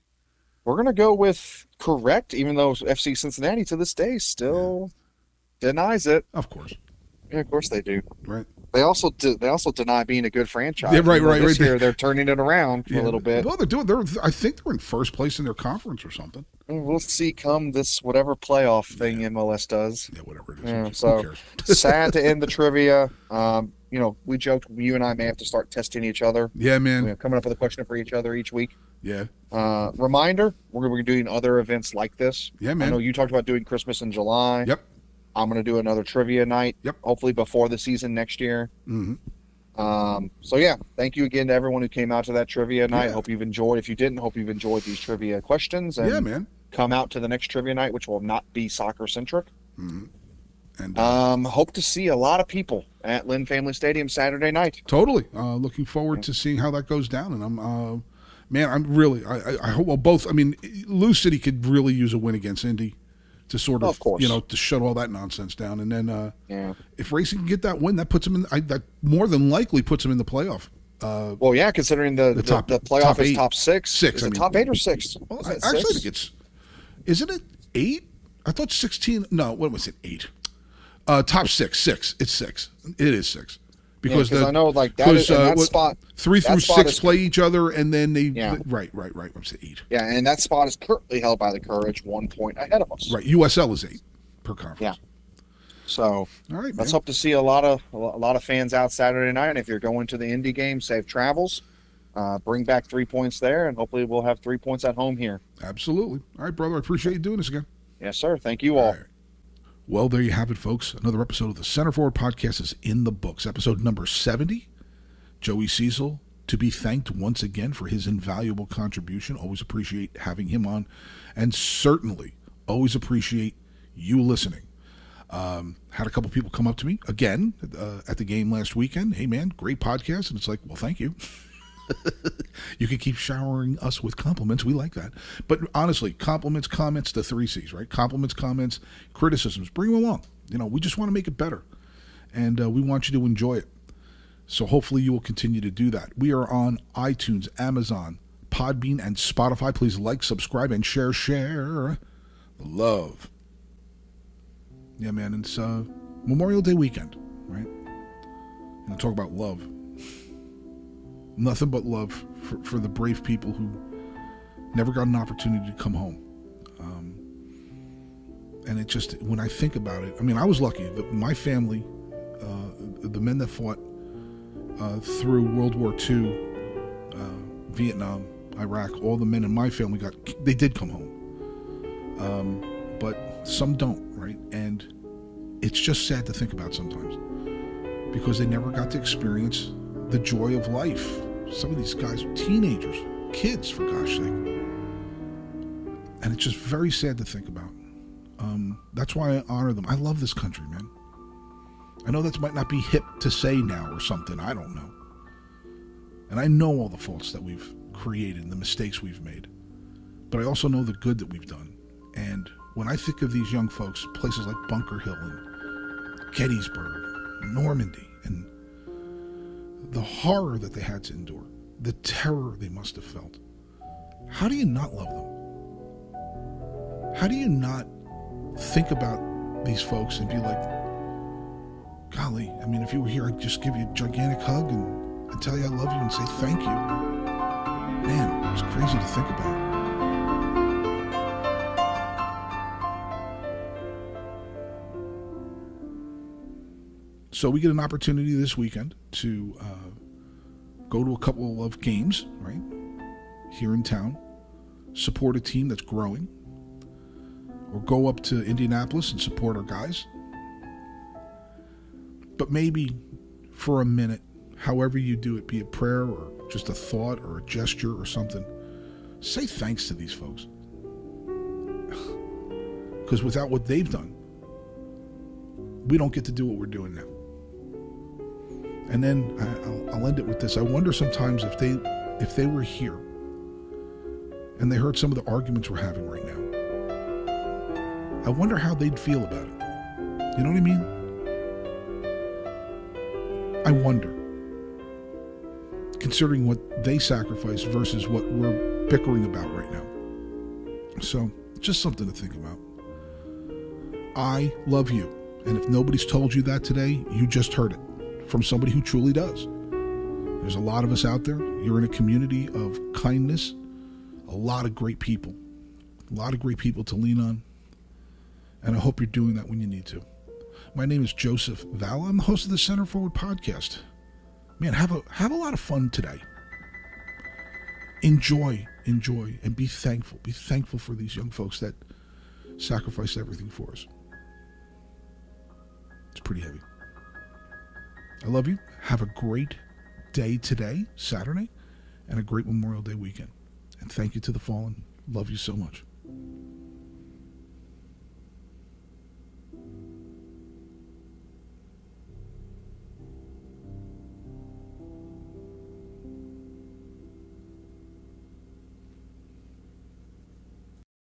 S3: We're going to go with correct, even though FC Cincinnati to this day still denies it.
S2: Of course,
S3: Yeah, of course they do.
S2: right?
S3: They also de- they also deny being a good franchise.
S2: Yeah, right,
S3: You know,
S2: right,
S3: this
S2: right.
S3: Year, they're turning it around for a little bit.
S2: Well, they're doing. They're. I think they're in first place in their conference or something.
S3: We'll see. Come this whatever playoff thing MLS does.
S2: Yeah, whatever it is.
S3: Yeah,
S2: Who
S3: so-
S2: cares?
S3: Sad to end the trivia. Um, you know, we joked you and I may have to start testing each other.
S2: Yeah, man.
S3: You know, coming up with a question for each other each week.
S2: Yeah,
S3: Uh, reminder: We're going to be doing other events like this.
S2: yeah,
S3: I know
S2: man.
S3: you talked about doing Christmas in July.
S2: Yep.
S3: I'm going to do another trivia night.
S2: Yep.
S3: Hopefully before the season next year.
S2: hmm
S3: Um, so yeah, thank you again to everyone who came out to that trivia night.
S2: Yeah.
S3: Hope you've enjoyed. If you didn't, hope you've enjoyed these trivia questions and
S2: Yeah, man.
S3: come out to the next trivia night, which will not be soccer centric.
S2: And uh,
S3: Um, hope to see a lot of people at Lynn Family Stadium Saturday night.
S2: totally uh, looking forward to seeing how that goes down. And I'm, uh, man, I'm really. I, I- I hope. Well, both. I mean, Lou City could really use a win against Indy to sort of,
S3: Of course.
S2: you know, to shut all that nonsense down. And then uh,
S3: Yeah.
S2: if Racing can get that win, that puts them in. I, that more than likely puts them in the playoff. Uh,
S3: Well, yeah, considering the the,
S2: top-
S3: the playoff
S2: top
S3: is
S2: eight.
S3: top six.
S2: Six,
S3: Is
S2: I
S3: it
S2: mean.
S3: top eight or six?
S2: Well,
S3: Is
S2: I,
S3: it
S2: actually, I
S3: six?
S2: think it's. Isn't it eight? I thought sixteen. No, what was it? Eight. Uh, top six, six. It's six. It is six because
S3: Yeah, 'cause
S2: the,
S3: I know, like, that is-
S2: because, uh,
S3: and that
S2: what-
S3: spot-
S2: three
S3: that
S2: through
S3: spot
S2: six
S3: is-
S2: play each other, and then they
S3: Yeah.
S2: right, right, right. I'm saying eight.
S3: yeah, and that spot is currently held by the Courage, one point ahead of us.
S2: Right, USL is eight per conference.
S3: So
S2: Yeah. All right, man.
S3: Let's hope to see a lot of a lot of fans out Saturday night. And if you're going to the indie game, safe travels. Uh, bring back three points there, and hopefully we'll have three points at home here.
S2: Absolutely. All right, brother. I appreciate you doing this again.
S3: Yes, sir. Thank you all.
S2: All right. Well, there you have it, folks. Another episode of the Center Forward Podcast is in the books. Episode number 70. Joey Cecil, to be thanked once again for his invaluable contribution. Always appreciate having him on, and certainly always appreciate you listening. Um, had a couple people come up to me again uh, at the game last weekend. Hey, man, great podcast. And it's like, well, thank you. you can keep showering us with compliments. We like that. But honestly, compliments, comments, the three C's, right? Compliments, comments, criticisms. Bring them along. You know, we just want to make it better, and uh, we want you to enjoy it. So hopefully you will continue to do that. We are on iTunes, Amazon, Podbean, and Spotify. Please like, subscribe, and share. Share the love. Yeah, man. It's uh, Memorial Day weekend, right? And talk about love nothing but love for, for the brave people who never got an opportunity to come home. Um, and it just, when I think about it, I mean, I was lucky that my family, uh, the men that fought uh, through World War II, uh, Vietnam, Iraq, all the men in my family got, they did come home. Um, but some don't, right? And it's just sad to think about sometimes because they never got to experience the joy of life. Some of these guys are teenagers, kids, for gosh sake. And it's just very sad to think about. Um, that's why I honor them. I love this country, man. I know that might not be hip to say now or something. I don't know. And I know all the faults that we've created and the mistakes we've made. But I also know the good that we've done. And when I think of these young folks, places like Bunker Hill and Gettysburg, Normandy, and the horror that they had to endure, the terror they must have felt. How do you not love them? How do you not think about these folks and be like, golly, I mean, if you were here, I'd just give you a gigantic hug and, and tell you I love you and say thank you. Man, it's crazy to think about. So we get an opportunity this weekend to uh, go to a couple of games, right? Here in town, support a team that's growing, or go up to Indianapolis and support our guys. But maybe for a minute, however you do it, be it prayer or just a thought or a gesture or something, say thanks to these folks. Because without what they've done, we don't get to do what we're doing now. And then I, I'll, I'll end it with this. I wonder sometimes if they if they were here and they heard some of the arguments we're having right now. I wonder how they'd feel about it. You know what I mean? I wonder. Considering what they sacrificed versus what we're bickering about right now. So, just something to think about. I love you. And if nobody's told you that today, you just heard it from somebody who truly does. There's a lot of us out there. You're in a community of kindness, a lot of great people, a lot of great people to lean on. And I hope you're doing that when you need to. My name is Joseph Valla. I'm the host of the Center Forward podcast. Man, have a have a lot of fun today. Enjoy, enjoy, and be thankful. Be thankful for these young folks that sacrificed everything for us. It's pretty heavy. I love you. Have a great day today, Saturday, and a great Memorial Day weekend. And thank you to the fallen. Love you so much.